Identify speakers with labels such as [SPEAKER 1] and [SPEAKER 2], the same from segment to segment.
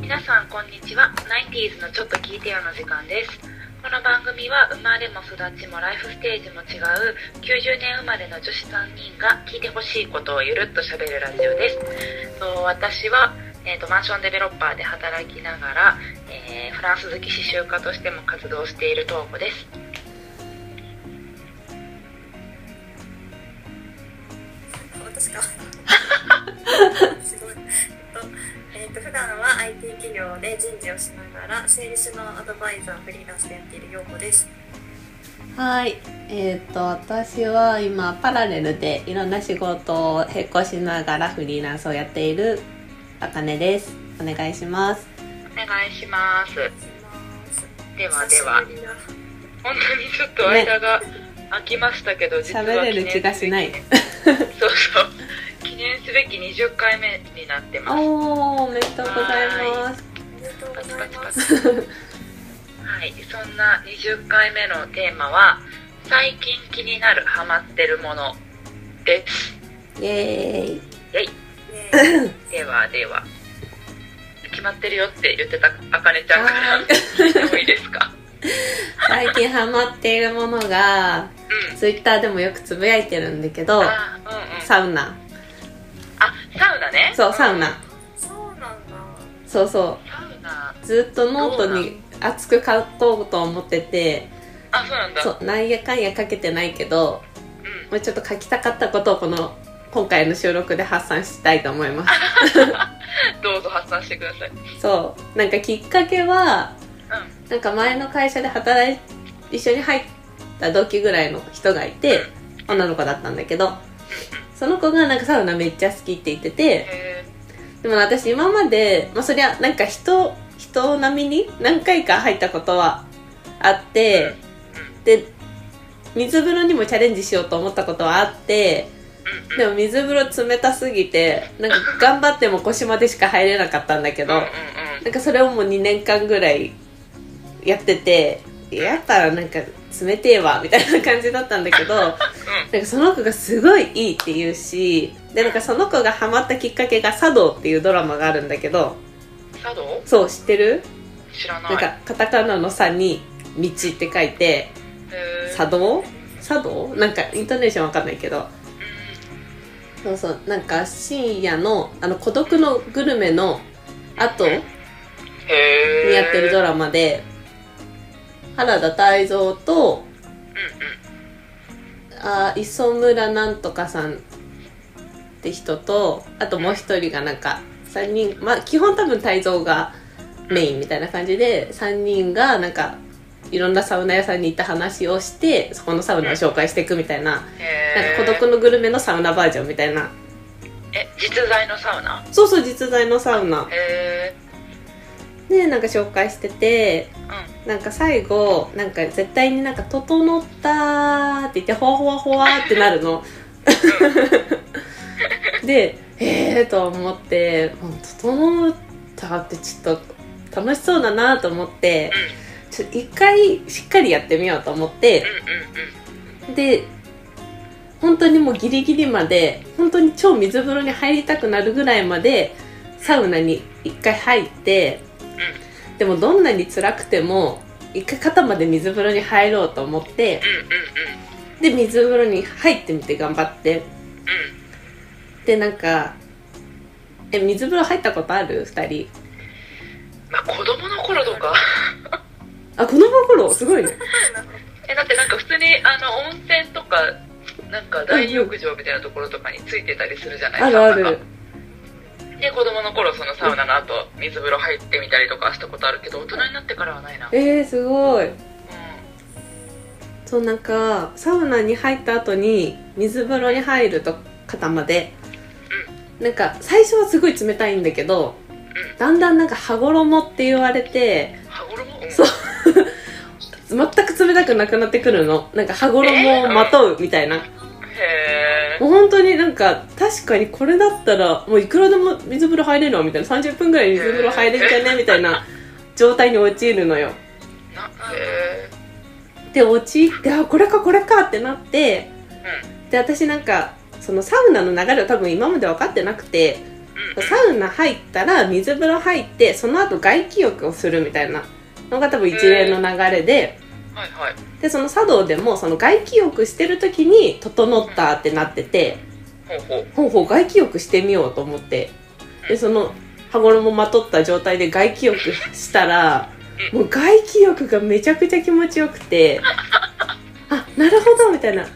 [SPEAKER 1] んにちは。ナインティーズのちょっと聞いてよの時間です。この番組は生まれも育ちもライフステージも違う90年生まれの女子3人が聞いてほしいことをゆるっと喋るラジオです。と私は、えー、とマンションデベロッパーで働きながら、えーフランス好き刺繍家としても活動している東子です。
[SPEAKER 2] 私かすごいえっと、えっと普段は IT 企業で人事をしながら整理士のアドバイザーフリーランスでやっているようこです
[SPEAKER 3] はい、えっ、と私は今パラレルでいろんな仕事を並行しながらフリーランスをやっているあかねです。お願いします。
[SPEAKER 1] お願いします。で
[SPEAKER 2] で
[SPEAKER 1] はでは、本当にちょっと間が空きましたけど、実は
[SPEAKER 3] 喋れる気がしない
[SPEAKER 1] 記念すべき。そうそう。記念すべき20回目になってます。
[SPEAKER 3] おお、おめでとうございます。
[SPEAKER 2] おめでとう
[SPEAKER 1] パ
[SPEAKER 2] ご
[SPEAKER 1] チ
[SPEAKER 2] ざ
[SPEAKER 1] パ
[SPEAKER 2] い
[SPEAKER 1] チパ
[SPEAKER 2] ま
[SPEAKER 1] チ
[SPEAKER 2] す。
[SPEAKER 1] はい、そんな20回目のテーマは、最近気になるハマってるものです。
[SPEAKER 3] イエーイ。
[SPEAKER 1] えい、
[SPEAKER 2] ねえ
[SPEAKER 1] ではでは。決まってるよって言ってたあかねちゃんから
[SPEAKER 3] は
[SPEAKER 1] 聞いてもいいですか
[SPEAKER 3] 最近ハマっているものが
[SPEAKER 1] うん。
[SPEAKER 3] ツイッターでもよくつぶやいてるんだけど、
[SPEAKER 1] あ、うんうん。
[SPEAKER 3] サウナ。
[SPEAKER 1] あ、サウナね。
[SPEAKER 3] そうサウナ。。
[SPEAKER 2] そうなんだ
[SPEAKER 3] そうそ
[SPEAKER 1] サウナ。
[SPEAKER 3] う。ずっとノートに熱く書こうと思ってて、
[SPEAKER 1] あ、そうなんだ。
[SPEAKER 3] そうなんやかんや書けてないけど。
[SPEAKER 1] うん。
[SPEAKER 3] もうちょっと書きたかったことをこの今回の収録で発散したいと思います
[SPEAKER 1] どうぞ発散してください。
[SPEAKER 3] そうなんかきっかけは
[SPEAKER 1] う
[SPEAKER 3] なんか前の会社で働い一緒に入った同期ぐらいの人がいて女の子だったんだけどその子がなんかサウナめっちゃ好きって言って
[SPEAKER 1] ん。
[SPEAKER 3] て
[SPEAKER 1] へ
[SPEAKER 3] でも私今まで、まあ、そりゃなんか人人並みに何回か入ったことはあっ
[SPEAKER 1] え
[SPEAKER 3] てで水風呂にもチャレンジしようと思ったことはあって
[SPEAKER 1] うんうん。
[SPEAKER 3] でも水風呂冷たすぎてなんか頑張っても腰までしか入れなかったんだけど
[SPEAKER 1] うんうん
[SPEAKER 3] な
[SPEAKER 1] うん
[SPEAKER 3] かそれをもう2年間ぐらいやっててやったらなんか冷てえわみたいな感じだったんだけどなんかその子がすごいいいって言うしでなんかその子がハマったきっかけが「茶道」っていうドラマがあるんだけど
[SPEAKER 1] ん。茶道
[SPEAKER 3] そう知ってる
[SPEAKER 1] 知らない。
[SPEAKER 3] なんかカタカナの「さ」に「道」って書いて
[SPEAKER 1] へ
[SPEAKER 3] 「
[SPEAKER 1] ー
[SPEAKER 3] 茶道」茶道なんかイントネーションわかんないけど
[SPEAKER 1] う
[SPEAKER 3] そうそうなんか深夜のあの孤独のグルメの後に
[SPEAKER 1] んへえ。
[SPEAKER 3] やってるドラマで原田泰造と
[SPEAKER 1] うんうん。
[SPEAKER 3] あー磯村なんとかさんって人とあともう一人がなんか3人まあ基本多分泰造がメインみたいな感じで3人がなんかいろんなサウナ屋さんに行った話をしてそこのサウナを紹介していくみたいななん
[SPEAKER 1] へ
[SPEAKER 3] か孤独のグルメのサウナバージョンみたいな
[SPEAKER 1] え実在のサウナ
[SPEAKER 3] そうそう実在のサウナ
[SPEAKER 1] へえ
[SPEAKER 3] でなんか紹介してて
[SPEAKER 1] うん
[SPEAKER 3] なんか最後なんか絶対になんか「整った」って言ってほわほわほわってなるの でええー、と思ってもう整ったってちょっと楽しそうだなと思ってちょっと一回しっかりやってみようと思って
[SPEAKER 1] うんうんうんうん
[SPEAKER 3] で本当にもうギリギリまで本当に超水風呂に入りたくなるぐらいまでサウナに一回入ってでもどんなに辛くても一回肩まで水風呂に入ろうと思って
[SPEAKER 1] うんうん
[SPEAKER 3] で水風呂に入ってみて頑張って
[SPEAKER 1] うん
[SPEAKER 3] でなんかえ水風呂入ったことある2人
[SPEAKER 1] うんまあ子供の頃とか
[SPEAKER 3] あ子供の頃すごいね
[SPEAKER 1] えだってなんか普通にあの温泉とかなんか大浴場みたいなところとかについてたりするじゃない
[SPEAKER 3] ある
[SPEAKER 1] サ
[SPEAKER 3] あ
[SPEAKER 1] ウナ
[SPEAKER 3] る
[SPEAKER 1] がで子供の頃そのサウナの後水風呂入ってみたりとかしたことあるけど大人になってからはないなうん
[SPEAKER 3] えー、すごいそうなんかサウナに入った後に水風呂に入ると肩までなんか最初はすごい冷たいんだけど
[SPEAKER 1] う
[SPEAKER 3] だんだんなんか羽衣って言われて
[SPEAKER 1] ん羽衣うん
[SPEAKER 3] そう全く冷たくなくなってくるのなんか羽衣をまとうみたいな、
[SPEAKER 1] へえ
[SPEAKER 3] もう本当になんか確かにこれだったらもういくらでも水風呂入れるわみたいな30分ぐらい水風呂入れるんじゃねみたいな状態に陥るのよ
[SPEAKER 1] なへえ
[SPEAKER 3] で陥ってあこれかこれかってなってで私なんかそのサウナの流れを多分今まで分かってなくて
[SPEAKER 1] うんうん
[SPEAKER 3] サウナ入ったら水風呂入ってその後外気浴をするみたいなのが多分一連の流れで
[SPEAKER 1] はいはい
[SPEAKER 3] でその茶道でもその外気浴してる時に「整った」ってなってて
[SPEAKER 1] ほうほう
[SPEAKER 3] ほうほう外気浴してみようと思ってでその羽衣まとった状態で外気浴したらもう外気浴がめちゃくちゃ気持ちよくてあなるほどみたいな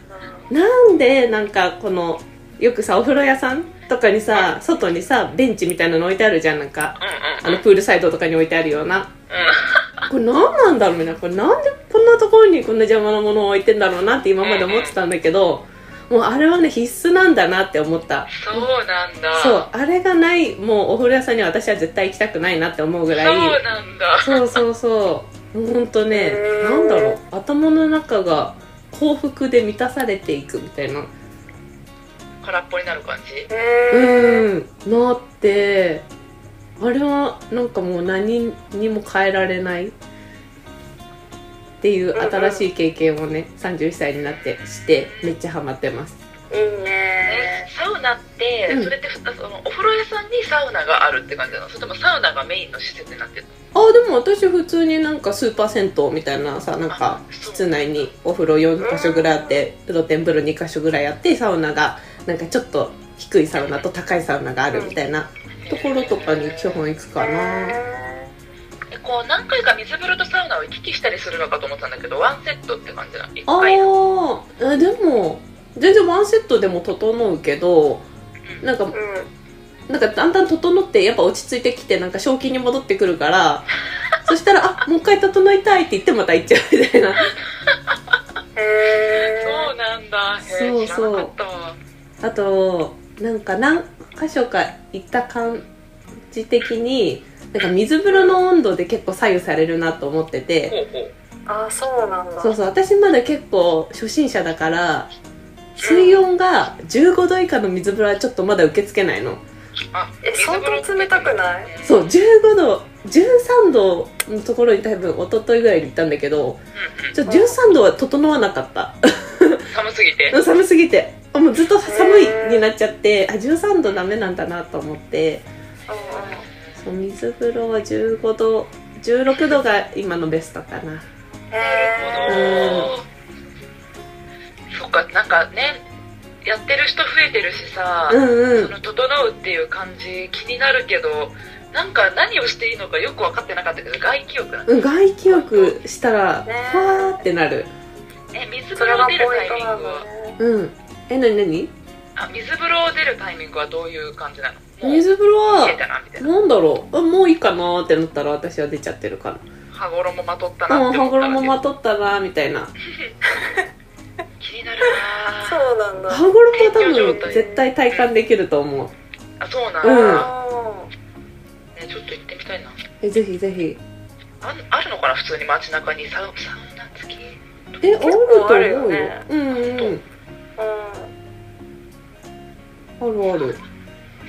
[SPEAKER 3] なんでなんかこのよくさお風呂屋さんとかにさ外にさベンチみたいなの置いてあるじゃんなんか
[SPEAKER 1] うん
[SPEAKER 3] あ
[SPEAKER 1] うんうん
[SPEAKER 3] のプールサイドとかに置いてあるような
[SPEAKER 1] う
[SPEAKER 3] これ何なんだろうみたいなこれなんでこんなところにこんな邪魔なものを置いてんだろうなって今まで思ってたんだけどもうあれはね必須なんだなって思った
[SPEAKER 1] んそうなんだ
[SPEAKER 3] そうあれがないもうお風呂屋さんには私は絶対行きたくないなって思うぐら
[SPEAKER 1] そう
[SPEAKER 3] い
[SPEAKER 1] なんだ
[SPEAKER 3] そうそうそうもうほんとね
[SPEAKER 2] へー
[SPEAKER 3] なんだろう頭の中が幸福で満たされていくみたいな
[SPEAKER 1] 空っぽになる感じ
[SPEAKER 2] へー
[SPEAKER 3] うんなってあれはなんかもう何にも変えられないっていう新しい経験をね31歳になってしてめっちゃハマってます
[SPEAKER 2] いい
[SPEAKER 1] え
[SPEAKER 2] ね
[SPEAKER 1] サウナって、
[SPEAKER 3] うん
[SPEAKER 1] それってふあそのお風呂屋さんにサウナがあるって感じなのそれともサウナがメインの施設になってる
[SPEAKER 3] あーでも私普通になんかスーパー銭湯みたいなさなんか
[SPEAKER 1] あそう
[SPEAKER 3] 室内にお風呂4か所ぐらいあって露天風呂2か所ぐらいあってサウナがなんかちょっと低いサウナと高いサウナがあるみたいなところとかに基本行くかな
[SPEAKER 1] えこう何回か水風呂とサウナを行き来したりするのかと思ったんだけどワンセットって感じなの一
[SPEAKER 3] あ
[SPEAKER 1] 回の
[SPEAKER 3] ーえでも全然ワンセットでも整うけどなんか
[SPEAKER 2] うん
[SPEAKER 3] なんかだんだん整ってやっぱ落ち着いてきてなんか正気に戻ってくるからそしたら「あもう一回整いたい」って言ってまた行っちゃうみたいな
[SPEAKER 2] へ
[SPEAKER 1] そうなんだへ
[SPEAKER 3] そう
[SPEAKER 1] え知らなかったわ
[SPEAKER 3] あとなんか何箇所か行った感じ的になんか水風呂の温度で結構左右されるなと思ってて
[SPEAKER 1] ほうほう
[SPEAKER 2] ーあそうなんだ
[SPEAKER 3] そうそう私まだ結構初心者だから水温が15度以下の水風呂はちょっとまだ受け付けないの
[SPEAKER 1] あ
[SPEAKER 2] え
[SPEAKER 1] 水風呂
[SPEAKER 2] 相当冷たくない
[SPEAKER 1] うん
[SPEAKER 3] そう15度13度のところに多分一昨日ぐらいに行ったんだけど
[SPEAKER 1] うんうん
[SPEAKER 3] ちょ13度は整わなかった
[SPEAKER 1] 寒すぎて
[SPEAKER 3] 寒すぎてあもうずっと寒いになっちゃってあ13度ダメなんだなと思って
[SPEAKER 2] うん
[SPEAKER 3] そう水風呂は15度16度が今のベストかな
[SPEAKER 2] へ
[SPEAKER 1] な
[SPEAKER 2] え
[SPEAKER 1] るほどそっかなんかねやってる人増えてるしさ、
[SPEAKER 3] うんう
[SPEAKER 1] そ
[SPEAKER 3] ん
[SPEAKER 1] の整うっていう感じ気になるけどなんか何をしていいのかよく分かってなかったけど外気浴なんだ
[SPEAKER 3] うん外気浴したら
[SPEAKER 2] ね
[SPEAKER 3] ふわーってなる
[SPEAKER 1] え水風
[SPEAKER 2] それ
[SPEAKER 1] 呂
[SPEAKER 2] が
[SPEAKER 1] を
[SPEAKER 2] ポイ
[SPEAKER 1] 出るタイ
[SPEAKER 2] ン
[SPEAKER 1] ミ
[SPEAKER 2] ト
[SPEAKER 1] ン
[SPEAKER 2] な
[SPEAKER 1] グ
[SPEAKER 2] の
[SPEAKER 1] は
[SPEAKER 2] ね
[SPEAKER 3] うんえなになに
[SPEAKER 1] あ水風呂を出るタイミングはどういう感じなのもう
[SPEAKER 3] 水風呂
[SPEAKER 1] 出
[SPEAKER 3] は
[SPEAKER 1] たなみたいな
[SPEAKER 3] なんだろうあもういいかなーってなったら私は出ちゃってるか
[SPEAKER 1] 羽衣まとった
[SPEAKER 3] ら
[SPEAKER 1] な
[SPEAKER 3] う
[SPEAKER 1] っ
[SPEAKER 3] ん
[SPEAKER 1] て思
[SPEAKER 3] 羽
[SPEAKER 1] ったら
[SPEAKER 3] 衣まとったなーみたいな
[SPEAKER 1] 気になる
[SPEAKER 2] そ
[SPEAKER 1] な
[SPEAKER 2] うなんだ
[SPEAKER 3] 羽衣は多分絶対体感できると思う
[SPEAKER 1] あそうなん
[SPEAKER 3] うん
[SPEAKER 1] だ、
[SPEAKER 2] あ
[SPEAKER 1] ね、ちょっと行ってみたいな
[SPEAKER 3] えぜひぜひ
[SPEAKER 1] あんあるのかな普通に街中にサウサウナ付き
[SPEAKER 3] えあると
[SPEAKER 2] 構
[SPEAKER 3] 思
[SPEAKER 2] あ
[SPEAKER 3] う
[SPEAKER 2] る
[SPEAKER 3] よ
[SPEAKER 2] よね
[SPEAKER 3] うんうん
[SPEAKER 2] ーうん
[SPEAKER 3] あるある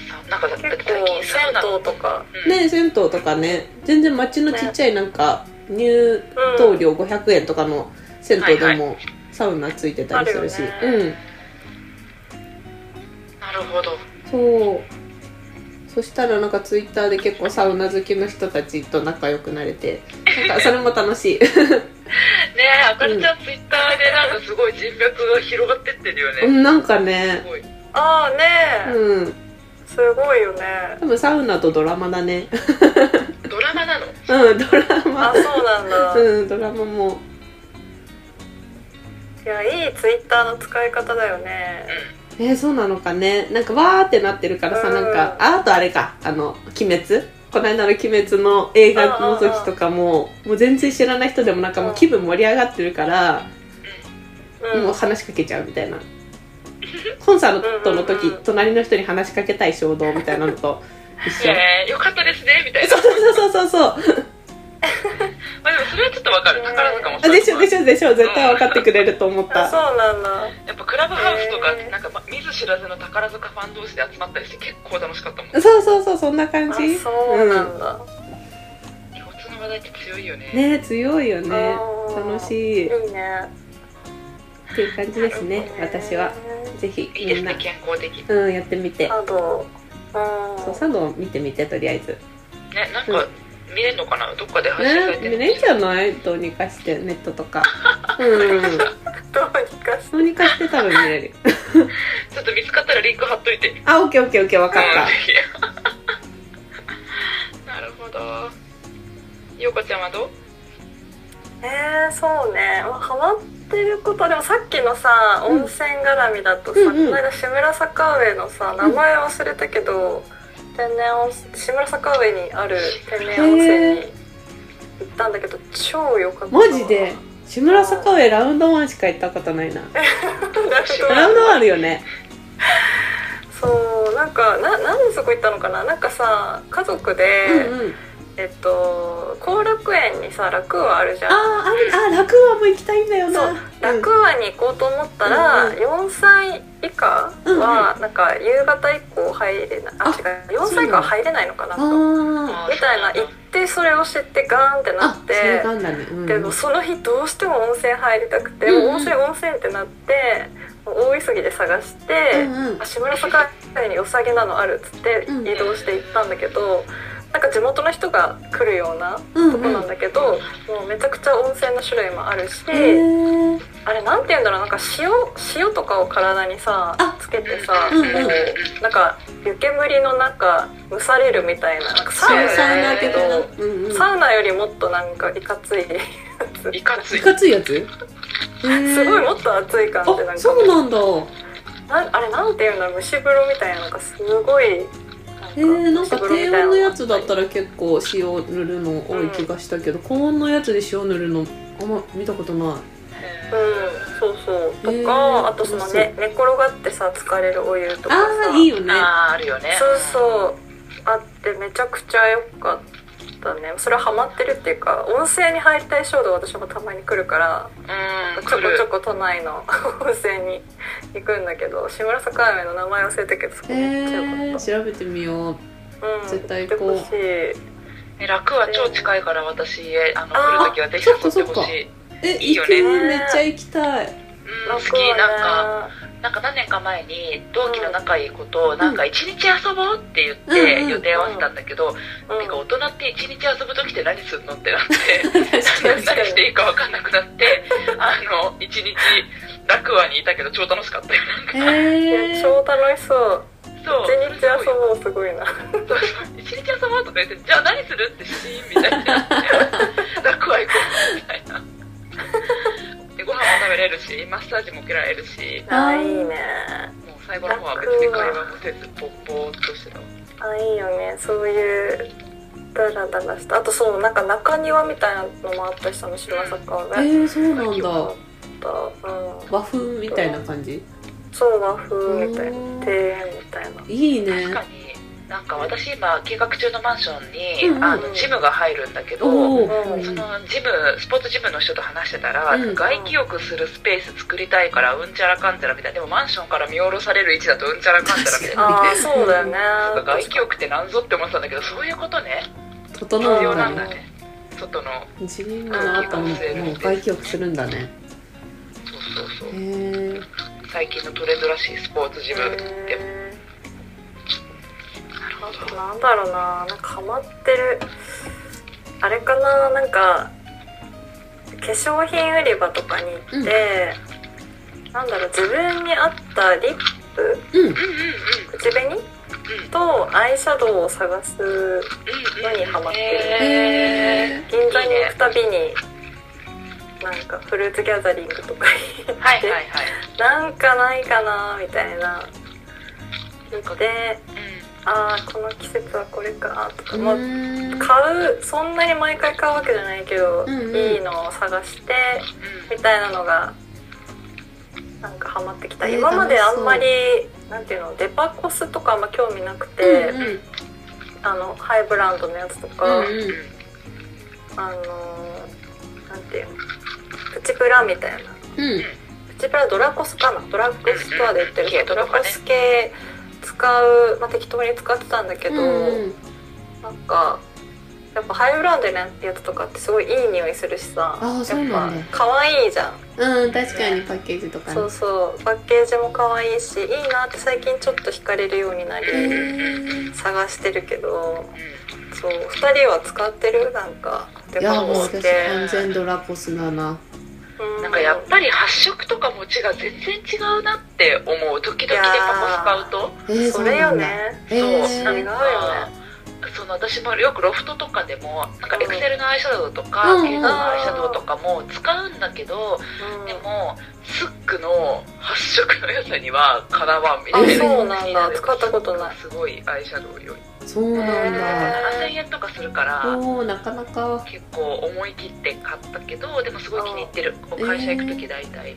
[SPEAKER 1] サウなんかだって
[SPEAKER 2] 結
[SPEAKER 1] 最
[SPEAKER 2] 構
[SPEAKER 1] 近サウナ
[SPEAKER 2] 銭湯とか
[SPEAKER 1] うん
[SPEAKER 3] ね銭湯とかね全然街のちっちゃいなんか入湯料500円とかの銭湯で
[SPEAKER 1] はい
[SPEAKER 3] もサウナついてたりするし、
[SPEAKER 2] あるよ
[SPEAKER 1] なるほど
[SPEAKER 3] うんそうそしたらなんかツイッターで結構サウナ好きの人たちと仲良くなれてなんかそれも楽しい
[SPEAKER 1] ねえあかりちゃんツイッターでなんかすごい人脈が広がってってるよね、
[SPEAKER 3] うんなんか
[SPEAKER 1] す
[SPEAKER 3] ね
[SPEAKER 1] ごい
[SPEAKER 2] ああね
[SPEAKER 3] うん
[SPEAKER 2] すごいよね
[SPEAKER 3] 多分サウナとドラマだね
[SPEAKER 1] ドラマなの
[SPEAKER 3] うんドラ
[SPEAKER 2] あ
[SPEAKER 3] マ
[SPEAKER 2] そうなんだ
[SPEAKER 3] うんドラマも
[SPEAKER 2] いやいいツイッターの使い方だよね
[SPEAKER 3] えーそうなのかねなんかわーってなってるからさ、
[SPEAKER 2] うん
[SPEAKER 3] なんかああとあれかあの「鬼滅」この間の「鬼滅」の映画の時とかももう全然知らない人でもなんかもう気分盛り上がってるから、
[SPEAKER 2] うん
[SPEAKER 3] もう話しかけちゃうみたいなコンサートの時、
[SPEAKER 2] うんうんうん
[SPEAKER 3] 隣の人に話しかけたい衝動みたいなのと一緒
[SPEAKER 1] ねえよかったですねみたいな
[SPEAKER 3] そうそうそうそうそう
[SPEAKER 1] まあでもそれはちょっとわかる宝塚も
[SPEAKER 3] あ
[SPEAKER 1] そう
[SPEAKER 3] でしょでしょでしょ絶対分かってくれると思っ
[SPEAKER 2] あそ
[SPEAKER 3] た
[SPEAKER 2] うなんだ
[SPEAKER 1] やっぱクラブハウスとか
[SPEAKER 2] へえ
[SPEAKER 1] なんかま見ず知らずの宝塚ファン同士で集まったりして結構楽しかったもん
[SPEAKER 3] そうそうそうそんな感
[SPEAKER 2] あ
[SPEAKER 3] じ
[SPEAKER 2] そうなんだ
[SPEAKER 1] 共通の話題って強いよね
[SPEAKER 3] うん、ね強いよね
[SPEAKER 2] あー
[SPEAKER 3] 楽しいっ
[SPEAKER 2] いいね
[SPEAKER 3] ていう感じですね私はぜひ
[SPEAKER 1] いいで
[SPEAKER 3] み
[SPEAKER 1] す
[SPEAKER 3] んな
[SPEAKER 1] ね健康的
[SPEAKER 3] うんやってみて
[SPEAKER 2] あとあ
[SPEAKER 3] そう
[SPEAKER 2] ー
[SPEAKER 3] 佐渡見てみてとりあえず
[SPEAKER 1] ねなんか見れるのかなどっかで配信され
[SPEAKER 3] ね
[SPEAKER 1] て
[SPEAKER 3] 見
[SPEAKER 1] る
[SPEAKER 3] れんじゃないどうにかしてネットとかうん
[SPEAKER 2] どうにかし
[SPEAKER 3] どうにかして多分見れるよ
[SPEAKER 1] ちょっと見つかったらリンク貼っといて
[SPEAKER 3] あオッケーオッケーオッケー分かった
[SPEAKER 1] うん なるほど陽子ちゃんはどう
[SPEAKER 2] えー、そうね、まあ、ハマってることでもさっきのさ
[SPEAKER 3] うん
[SPEAKER 2] 温泉絡みだとさ、
[SPEAKER 3] うんうん
[SPEAKER 2] この間志村坂上のさ名前忘れたけど、天然温泉志村坂上にある天然温泉に
[SPEAKER 3] へ
[SPEAKER 2] 行ったんだけど超良かった
[SPEAKER 3] マ ジで志村坂上ラウンドワンしか行ったことないなラウンドワンあるよね
[SPEAKER 2] そうなんかななんでそこ行ったのかななんかさ家族で、
[SPEAKER 3] うんうん
[SPEAKER 2] えっと後楽園にさ楽和あるじゃん
[SPEAKER 3] あーあるあー楽はもう行きたいんだよな
[SPEAKER 2] そう楽和に行こうと思ったら、
[SPEAKER 3] うんうん
[SPEAKER 2] 4歳以下
[SPEAKER 3] うん
[SPEAKER 2] はなんか夕方以降入れない、あ
[SPEAKER 3] あ
[SPEAKER 2] 違う4歳以下は入れないのかなと
[SPEAKER 3] うん、ああ
[SPEAKER 2] みたいな行ってそれを知ってガーンってな
[SPEAKER 3] あ
[SPEAKER 2] っ
[SPEAKER 3] それ
[SPEAKER 2] て
[SPEAKER 3] があんだね、うん、
[SPEAKER 2] でもその日どうしても温泉入りたくて、
[SPEAKER 3] うんうん
[SPEAKER 2] 温泉温泉ってなってもう大急ぎで探して、
[SPEAKER 3] うんうん
[SPEAKER 2] あ志村坂辺に良さげなのあるっつって
[SPEAKER 3] うん
[SPEAKER 2] 移動して行ったんだけど、なんか地元の人が来るような
[SPEAKER 3] うん
[SPEAKER 2] とこなんだけど、もうめちゃくちゃ温泉の種類もあるし、あれなんて言うんだろうなんか塩塩とかを体にさ
[SPEAKER 3] あ
[SPEAKER 2] つけてさ、
[SPEAKER 3] うんうん
[SPEAKER 2] こうなんか湯煙の中蒸されるみたいななんかサウ
[SPEAKER 3] サ
[SPEAKER 2] ナ
[SPEAKER 3] ウサウナ
[SPEAKER 2] だけ
[SPEAKER 3] 的
[SPEAKER 2] ど、
[SPEAKER 3] な、うんうん、
[SPEAKER 2] サウナよりもっとなんかいかついやつ
[SPEAKER 1] いかつ
[SPEAKER 3] い
[SPEAKER 1] い
[SPEAKER 3] かついやつ、えー
[SPEAKER 2] すごいもっと熱い感じなん
[SPEAKER 3] あ
[SPEAKER 2] か
[SPEAKER 3] そうなんだ
[SPEAKER 2] なあれなんていうんだろう蒸し風呂みたいなのがすごい
[SPEAKER 3] えー、なんか
[SPEAKER 2] 蒸し風呂みた
[SPEAKER 3] 低
[SPEAKER 2] いな
[SPEAKER 3] 温のやつだったら結構塩塗るの多い気がしたけど、高温のやつで塩塗るのあんま見たことない
[SPEAKER 2] うんそうそうとか、
[SPEAKER 3] えー
[SPEAKER 2] あとその
[SPEAKER 3] そう
[SPEAKER 2] ね寝転がってさ疲れるお湯とか
[SPEAKER 3] あ
[SPEAKER 2] さ
[SPEAKER 3] あいいよね
[SPEAKER 1] あーあるよね
[SPEAKER 2] そうそうあってめちゃくちゃ良かったねそれはハマってるっていうか温泉に入りたい衝動私もたまに来るから
[SPEAKER 1] うん
[SPEAKER 2] ちょこ
[SPEAKER 1] 来る
[SPEAKER 2] ちょこ都内の 温泉に行くんだけど志村坂上の名前忘れたけどそこ
[SPEAKER 3] え
[SPEAKER 2] めっちゃ良
[SPEAKER 3] ー、
[SPEAKER 2] かっ
[SPEAKER 3] 調べてみよう
[SPEAKER 2] た、うん
[SPEAKER 3] 絶対行こう
[SPEAKER 2] 行ってほしい
[SPEAKER 1] ね楽は超近いから私へあの
[SPEAKER 2] あ
[SPEAKER 1] 来る
[SPEAKER 2] ー
[SPEAKER 1] ときはぜひ誘ってほしい
[SPEAKER 3] え
[SPEAKER 1] いいよ
[SPEAKER 3] 行く
[SPEAKER 1] ね
[SPEAKER 3] めっちゃ行きたい
[SPEAKER 1] うん好
[SPEAKER 2] 楽
[SPEAKER 1] きなんか
[SPEAKER 2] はね
[SPEAKER 1] なんか何年か前に同期の仲いい子となんか一日遊ぼうって言っ
[SPEAKER 3] うんうん
[SPEAKER 1] て予定合わせたんだけど、
[SPEAKER 2] うん
[SPEAKER 1] てか大人って一日遊ぶ時って何するのってなって
[SPEAKER 3] 確か
[SPEAKER 1] 何
[SPEAKER 2] 確かに
[SPEAKER 1] していいか分かんなくな ってあの一日楽和にいたけど超楽しかったよ
[SPEAKER 3] に
[SPEAKER 1] なんか、
[SPEAKER 2] い
[SPEAKER 3] え
[SPEAKER 2] や
[SPEAKER 3] ー、
[SPEAKER 2] 超楽しそう
[SPEAKER 1] そう
[SPEAKER 2] 一日遊ぼうすごいな
[SPEAKER 1] そうそう 一日遊ぼうとか言ってじゃあ何するってシーンみたいになって楽は行こうみたいなでご飯も食べれるしマッサージも受けられるし
[SPEAKER 3] あー
[SPEAKER 2] あーいいね
[SPEAKER 1] もう最後の方は別に会話もせずぼぼーっとしてたわ
[SPEAKER 2] あーいいよねそういうダラダラしたあとそうなんか中庭みたいなのもあったりしたの白坂川
[SPEAKER 3] え
[SPEAKER 2] が、
[SPEAKER 3] ー、そうなんだ
[SPEAKER 2] ったうん、
[SPEAKER 3] 和風みたいな感じ
[SPEAKER 2] そう和風みたいな
[SPEAKER 3] うん
[SPEAKER 2] 庭園みたいない
[SPEAKER 3] いね
[SPEAKER 1] 確かになんか私今計画中のマンションに、
[SPEAKER 3] うんうん
[SPEAKER 1] あのジムが入るんだけど、
[SPEAKER 3] おお
[SPEAKER 2] う
[SPEAKER 1] そのジムスポーツジムの人と話してたら、
[SPEAKER 3] うん
[SPEAKER 1] 外気浴するスペース作りたいからうんちゃらかんちゃらみたいなでもマンションから見下ろされる位置だとうんちゃらかんちゃらみたいな
[SPEAKER 2] ああそうだよね
[SPEAKER 1] なんか外気浴ってなんぞって思ってたんだけどそういうことね
[SPEAKER 3] 整
[SPEAKER 1] 必
[SPEAKER 3] う
[SPEAKER 1] 要
[SPEAKER 3] ん
[SPEAKER 1] な
[SPEAKER 3] だ
[SPEAKER 1] んだ
[SPEAKER 3] ね
[SPEAKER 1] ね外の
[SPEAKER 3] 自分だなと思ってもう外気浴するんだね
[SPEAKER 1] そうそう
[SPEAKER 3] へ
[SPEAKER 1] そう
[SPEAKER 3] え
[SPEAKER 1] 最近のトレンドらしいスポーツジムって
[SPEAKER 2] へーあとなんだろうななんかハマってるあれかななんか化粧品売り場とかに行って、
[SPEAKER 3] うん
[SPEAKER 2] なんだろう自分に合ったリップ
[SPEAKER 3] うん
[SPEAKER 1] うんうんうん
[SPEAKER 2] 口紅とアイシャドウを探す
[SPEAKER 1] うん
[SPEAKER 2] のにハマってる
[SPEAKER 1] へ
[SPEAKER 2] 銀座に行くたびになんかフルーツギャザリングとかに 行
[SPEAKER 1] ー
[SPEAKER 2] って
[SPEAKER 1] はいはいはい、
[SPEAKER 2] なんかないかなみたいな
[SPEAKER 1] なんか
[SPEAKER 2] で
[SPEAKER 1] う
[SPEAKER 2] ああこの季節はこれかとか、
[SPEAKER 3] う
[SPEAKER 2] まあ
[SPEAKER 3] ーん
[SPEAKER 2] 買うそんなに毎回買うわけじゃないけど、
[SPEAKER 3] うんうん
[SPEAKER 2] いいのを探して
[SPEAKER 1] んうん
[SPEAKER 2] みたいなのがなんかハマってきた、
[SPEAKER 3] えー
[SPEAKER 2] 今まであ
[SPEAKER 3] 楽しそうん
[SPEAKER 2] まりなんていうのデパコスとかあんま興味なくて、
[SPEAKER 3] うんうん
[SPEAKER 2] あのハイブランドのやつとか、
[SPEAKER 3] うんうん
[SPEAKER 2] あのーなんていうのプチプラみたいな
[SPEAKER 3] うん
[SPEAKER 2] プチプラドラコスかなドラッグストアで売ってる
[SPEAKER 1] うんうん
[SPEAKER 2] ドラコス系使う、まあ、適当に使ってたんだけど、
[SPEAKER 3] うんうん
[SPEAKER 2] なんかやっぱハイブランドやってやつとかってすごいいい匂いするしさ
[SPEAKER 3] あーそうなんだ
[SPEAKER 2] やっぱ可愛いじゃん
[SPEAKER 3] うん確かにパッケージとかね
[SPEAKER 2] そうそうパッケージも可愛いしいいなって最近ちょっと惹かれるようになり
[SPEAKER 1] うんうんうんうん
[SPEAKER 2] 探してるけどそう2人は使ってるなんかデ
[SPEAKER 3] いや
[SPEAKER 2] パ
[SPEAKER 3] もう
[SPEAKER 2] コっ
[SPEAKER 3] 私
[SPEAKER 2] て
[SPEAKER 3] 完全ドラポスだな
[SPEAKER 2] う
[SPEAKER 1] なんかやっぱり発色とかもちが全然違うなって思う時々でパコ使うと
[SPEAKER 3] えー、
[SPEAKER 2] それよ
[SPEAKER 3] う
[SPEAKER 2] ね
[SPEAKER 3] そう
[SPEAKER 1] そう、な
[SPEAKER 3] な
[SPEAKER 1] ん
[SPEAKER 3] だえ
[SPEAKER 1] ん
[SPEAKER 3] ー
[SPEAKER 1] かその私もよくロフトとかでもなんか
[SPEAKER 2] うん
[SPEAKER 1] エクセルのアイシャドウとか、
[SPEAKER 3] うん
[SPEAKER 1] ケースのアイシャドウとかも使うんだけど、
[SPEAKER 2] うん
[SPEAKER 1] でもスックの発色の良さにはかなわんみた
[SPEAKER 2] あ
[SPEAKER 1] いな
[SPEAKER 2] そうなんだ使ったことない
[SPEAKER 1] すごいアイシャドウより
[SPEAKER 3] そうなんだ、
[SPEAKER 1] 7000円とかするから
[SPEAKER 3] おおなかなか
[SPEAKER 1] 結構思い切って買ったけどでもすごい気に入ってるこう会社行く時大体か
[SPEAKER 2] へ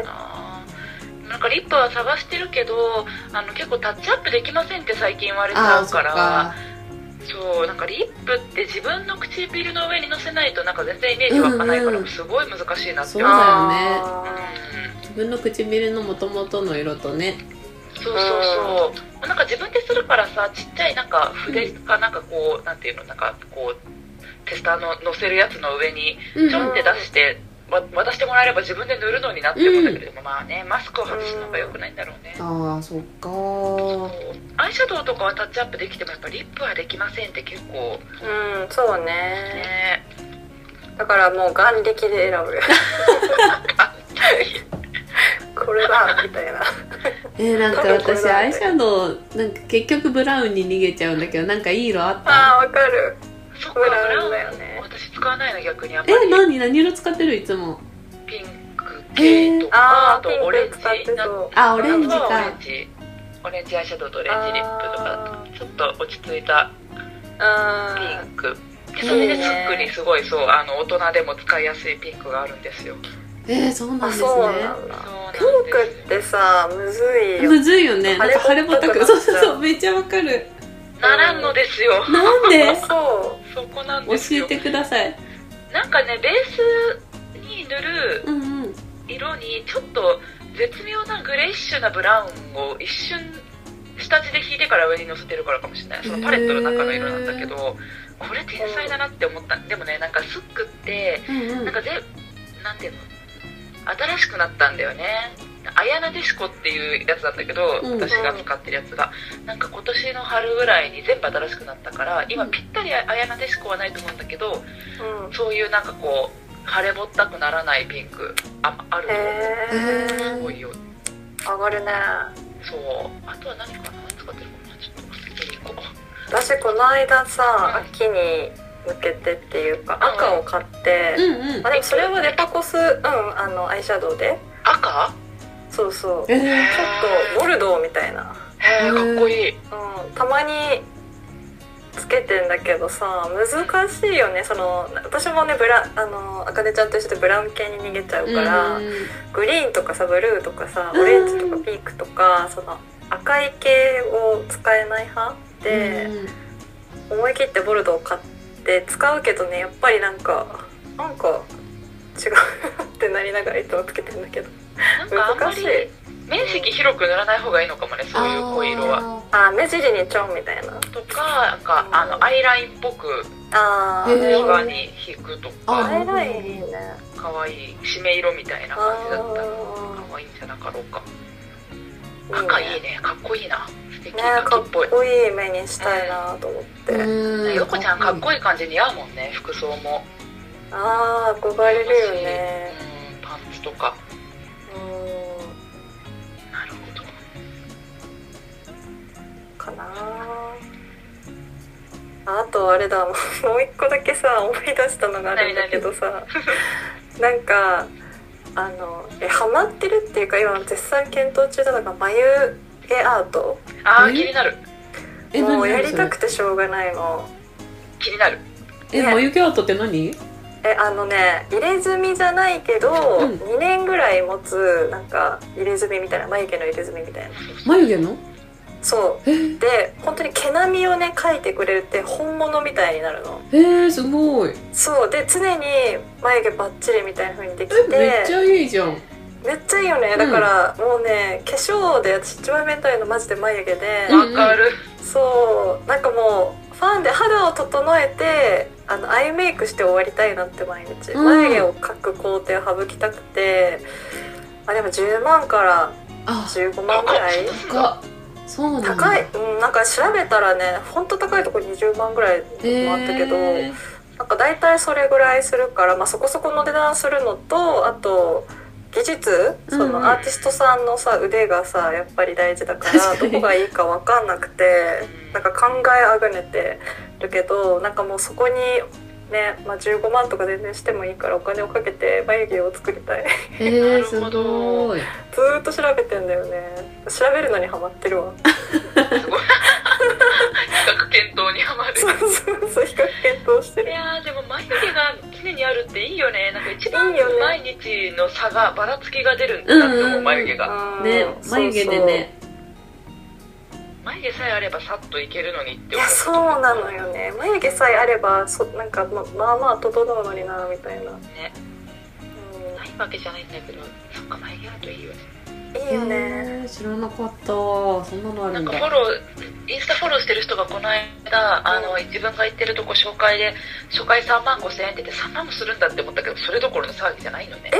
[SPEAKER 2] え
[SPEAKER 1] な、なんかリップは探してるけどあの結構タッチアップできませんって最近言われちゃ
[SPEAKER 3] あ
[SPEAKER 1] う
[SPEAKER 3] ーそ
[SPEAKER 1] か
[SPEAKER 3] っ
[SPEAKER 1] ら
[SPEAKER 3] か
[SPEAKER 1] そうなんかリップって自分の唇の上にのせないとなんか全然イメージ湧かないか
[SPEAKER 3] うんう
[SPEAKER 1] ら
[SPEAKER 3] ん
[SPEAKER 1] すごい難しいなって
[SPEAKER 3] そうだ
[SPEAKER 1] 思う
[SPEAKER 3] よね
[SPEAKER 2] あ
[SPEAKER 3] 自分の唇のもともとの色とね
[SPEAKER 1] そうそうそうなんか自分でするからさちっちゃいなんか筆かなんかこうなんていうのなんかこうテスターののせるやつの上に
[SPEAKER 3] うん
[SPEAKER 1] ちょんって出して、わ渡してもらえれば自分で塗るのになって思うんだけど、でもまあねマスクを外すのが良くないんだろうね、
[SPEAKER 3] ああそっか
[SPEAKER 1] アイシャドウとかはタッチアップできてもやっぱリップはできませんって結構
[SPEAKER 2] ーうんそうね
[SPEAKER 1] ね
[SPEAKER 2] だからもう眼力で選ぶ よこれだみたいな
[SPEAKER 3] えー、なんか
[SPEAKER 2] 多分これだ
[SPEAKER 3] 私
[SPEAKER 2] ね
[SPEAKER 3] アイシャドウなんか結局ブラウンに逃げちゃうんだけどなんかいい色あった
[SPEAKER 2] あーわかる
[SPEAKER 1] そっか
[SPEAKER 2] ブ
[SPEAKER 1] ブ
[SPEAKER 2] ラ
[SPEAKER 1] ラ
[SPEAKER 2] ウ
[SPEAKER 1] ウ
[SPEAKER 2] ン
[SPEAKER 1] ン
[SPEAKER 2] だよね
[SPEAKER 1] 私使わないの逆にあんま
[SPEAKER 3] え
[SPEAKER 1] り
[SPEAKER 3] 何何色使ってるいつも
[SPEAKER 1] ピンク系とか、
[SPEAKER 2] あ
[SPEAKER 1] あ
[SPEAKER 2] ー
[SPEAKER 1] とオレンジ
[SPEAKER 2] ピンク使ってそう
[SPEAKER 3] あオレンジ
[SPEAKER 1] 夏はオレ
[SPEAKER 3] か
[SPEAKER 1] ンジオレンジアイシャドウとオレンジリップとか
[SPEAKER 2] あ
[SPEAKER 1] ちょっと落ち着いたピ
[SPEAKER 2] ーうん
[SPEAKER 1] ンクでそれ
[SPEAKER 3] いい
[SPEAKER 1] で
[SPEAKER 3] ね
[SPEAKER 1] スックにすごいそうあの大人でも使いやすいピンクがあるんですよ
[SPEAKER 3] えー、そうなん
[SPEAKER 2] あ
[SPEAKER 3] です
[SPEAKER 2] そう
[SPEAKER 3] ね
[SPEAKER 2] なんだピ
[SPEAKER 1] そうなんです
[SPEAKER 2] ン
[SPEAKER 1] よ
[SPEAKER 2] クってさむずいよ
[SPEAKER 3] むずいよねなんか
[SPEAKER 2] 腫
[SPEAKER 3] 腫れ
[SPEAKER 2] れ
[SPEAKER 3] ぼ
[SPEAKER 2] ぼ
[SPEAKER 3] っ
[SPEAKER 2] ったた
[SPEAKER 3] く
[SPEAKER 2] く
[SPEAKER 3] る
[SPEAKER 2] なっちゃう
[SPEAKER 3] そうそうそうめっちゃわかる
[SPEAKER 1] ならんのですよ
[SPEAKER 3] なん で
[SPEAKER 2] そ
[SPEAKER 1] そこなん
[SPEAKER 3] 教
[SPEAKER 1] です
[SPEAKER 3] え
[SPEAKER 1] よ
[SPEAKER 3] てください
[SPEAKER 1] なんかねベースに塗る
[SPEAKER 3] うんうん
[SPEAKER 1] 色にちょっと絶妙なグレイッシュなブラウンを一瞬下地で引いてから上にのせてるからかもしれないそのパレットの中の色なんだけど、これ天才だなって思ったでもねなんかスックって
[SPEAKER 3] うんう
[SPEAKER 1] なん
[SPEAKER 3] ん
[SPEAKER 1] かぜなんていうの新しくなったんだよねアヤナディスコっていうやつなんだけど、
[SPEAKER 3] うん
[SPEAKER 1] 私が使ってるやつがなんか今年の春ぐらいに全部新しくなったから今ぴったりアヤナディスコはないと思うんだけど、
[SPEAKER 2] ううん
[SPEAKER 1] そういうなんかこう腫れぼったくならないピンクあある
[SPEAKER 2] へ
[SPEAKER 3] へ
[SPEAKER 1] と
[SPEAKER 3] ー
[SPEAKER 2] え
[SPEAKER 1] 思うよ
[SPEAKER 2] 上がるね
[SPEAKER 1] そうあとは何かな使ってるかなちょっと忘れていこ
[SPEAKER 2] 私この間さ
[SPEAKER 1] うん
[SPEAKER 2] 秋に向けてっていうか赤を買って、
[SPEAKER 3] うんうん
[SPEAKER 2] あでもそれはデパコスうんあのアイシャドウで
[SPEAKER 1] 赤
[SPEAKER 2] そうそうちょっ
[SPEAKER 3] え
[SPEAKER 2] とボルドーみたいな、
[SPEAKER 1] へえかっこいい
[SPEAKER 2] うん、たまにつけてんだけどさ難しいよねその私もねブラあの茜ちゃんと一緒でブラウン系に逃げちゃう
[SPEAKER 3] ー、
[SPEAKER 2] から、
[SPEAKER 3] うんうん
[SPEAKER 2] グリーンとかさブルーとかさ
[SPEAKER 3] うん
[SPEAKER 2] オレンジとかピンクとかその赤い系を使えない派
[SPEAKER 3] う
[SPEAKER 2] で
[SPEAKER 3] んうん
[SPEAKER 2] 思い切ってボルドー買って使うけどねやっぱりなんかなんか違うってなりながらいつもつけてんだけど
[SPEAKER 1] なんかあんま
[SPEAKER 2] 難し
[SPEAKER 1] り
[SPEAKER 2] い
[SPEAKER 1] 面積広く塗らない方がいいのかもねそういう濃い色は
[SPEAKER 3] あ
[SPEAKER 2] あー目尻にちょんみたいな
[SPEAKER 1] とかなんかあのアイラインっぽく
[SPEAKER 2] あー
[SPEAKER 3] へー
[SPEAKER 1] 内側に引くと
[SPEAKER 3] あ
[SPEAKER 1] か
[SPEAKER 2] アイラインいいね
[SPEAKER 1] かわいい締め色みたいな感じだったら
[SPEAKER 2] あ
[SPEAKER 1] かわいいんじゃなかろうか
[SPEAKER 2] ー
[SPEAKER 1] 赤いいねかっこいいな素敵
[SPEAKER 2] ね
[SPEAKER 1] 秋
[SPEAKER 2] か
[SPEAKER 1] っぽい
[SPEAKER 2] っこいい目にしたいなと思って、
[SPEAKER 3] ーう
[SPEAKER 1] よこちゃんかっ
[SPEAKER 3] い
[SPEAKER 1] こいい感じ似合うもんね服装も
[SPEAKER 2] あー憧れるよね
[SPEAKER 1] うんパンツとか
[SPEAKER 2] うん
[SPEAKER 1] なるほど
[SPEAKER 2] かなああとあれだも うもう一個だけさ思い出したのがあるんだけどさなんかあのえハマってるっていうか今絶賛検討中なのが眉毛アート
[SPEAKER 1] あ
[SPEAKER 3] え
[SPEAKER 1] ー気になる
[SPEAKER 3] え
[SPEAKER 2] も
[SPEAKER 3] 何
[SPEAKER 2] う
[SPEAKER 3] 何
[SPEAKER 2] やり
[SPEAKER 3] そ
[SPEAKER 2] た
[SPEAKER 3] れ
[SPEAKER 2] くてしょうがないの
[SPEAKER 1] 気になる
[SPEAKER 3] え
[SPEAKER 2] ね
[SPEAKER 3] 眉毛アートって何
[SPEAKER 2] えあのね入れ墨じゃないけど、
[SPEAKER 3] ん
[SPEAKER 2] 2年ぐらい持つなんか入れ墨みたいな眉毛の入れ墨みたいな
[SPEAKER 3] 眉毛の
[SPEAKER 2] そ
[SPEAKER 3] えー
[SPEAKER 2] うで本当に毛並みをね描いてくれるって本物みたいになるの
[SPEAKER 3] えー、すごい
[SPEAKER 2] そうで常に眉毛バッチリみたいな風にできて
[SPEAKER 3] えめっちゃいいじゃん
[SPEAKER 2] めっちゃいいよねだから、もうね化粧で私一番面倒いのマジで眉毛で、
[SPEAKER 3] うん
[SPEAKER 1] わかる
[SPEAKER 2] そうなんかもうファンで肌を整えてあのアイメイクして終わりたいなって毎日、
[SPEAKER 3] うん
[SPEAKER 2] 眉毛を描く工程を省きたくてあでも10万から
[SPEAKER 3] あ
[SPEAKER 2] 15万ぐらい
[SPEAKER 3] 高っそうなんだ
[SPEAKER 2] 高い、うん、なんか調べたらねほんと高いとこ20万ぐらいのとこもあったけど、
[SPEAKER 3] へー
[SPEAKER 2] なんか大体それぐらいするから、まあ、そこそこの値段するのとあと技術そ
[SPEAKER 3] うんうん
[SPEAKER 2] のアーティストさんのさ腕がさやっぱり大事だか
[SPEAKER 3] 確
[SPEAKER 2] ら
[SPEAKER 3] か
[SPEAKER 2] ど
[SPEAKER 3] に
[SPEAKER 2] こがいいか分かんなくてなんか考えあぐねてるけどなんかもうそこに。ねまあ、15万とか全然してもいいからお金をかけて眉毛を作りたい
[SPEAKER 3] えー、
[SPEAKER 1] な
[SPEAKER 3] す
[SPEAKER 1] るほど
[SPEAKER 3] ごい
[SPEAKER 2] ずーっと調べてんだよね調べるのにハマってる わ
[SPEAKER 1] すごい比較検討にハマる
[SPEAKER 2] そうそうそう比較検討して
[SPEAKER 1] い
[SPEAKER 2] る
[SPEAKER 1] やーでも眉毛が常にあるっていいよねなんか一番
[SPEAKER 2] いいよね
[SPEAKER 1] 毎日の差がばらつきが出るんだと
[SPEAKER 3] うんうん
[SPEAKER 1] 思
[SPEAKER 3] う
[SPEAKER 1] うん眉毛が
[SPEAKER 2] うん
[SPEAKER 3] ね
[SPEAKER 2] そうそう
[SPEAKER 3] 眉毛でね
[SPEAKER 1] 眉毛さえあればさっといけるのにって
[SPEAKER 2] い
[SPEAKER 1] 思
[SPEAKER 2] や
[SPEAKER 1] う
[SPEAKER 2] そうなのよね眉毛さえあればそなんかままあまあ整うのになみたいな、うん、
[SPEAKER 1] ねないわけじゃないんだけどそっか眉毛あるといいよね
[SPEAKER 2] いいよね、
[SPEAKER 3] えー知らなかったそんなのあ
[SPEAKER 1] な
[SPEAKER 3] る
[SPEAKER 1] ん
[SPEAKER 3] ん
[SPEAKER 1] か
[SPEAKER 3] だ
[SPEAKER 1] フォローインスタフォローしてる人がこの間あの自分が行ってるとこ紹介で初回3万5千円って言って3万もするんだって思ったけどそれどころの騒ぎじゃないのね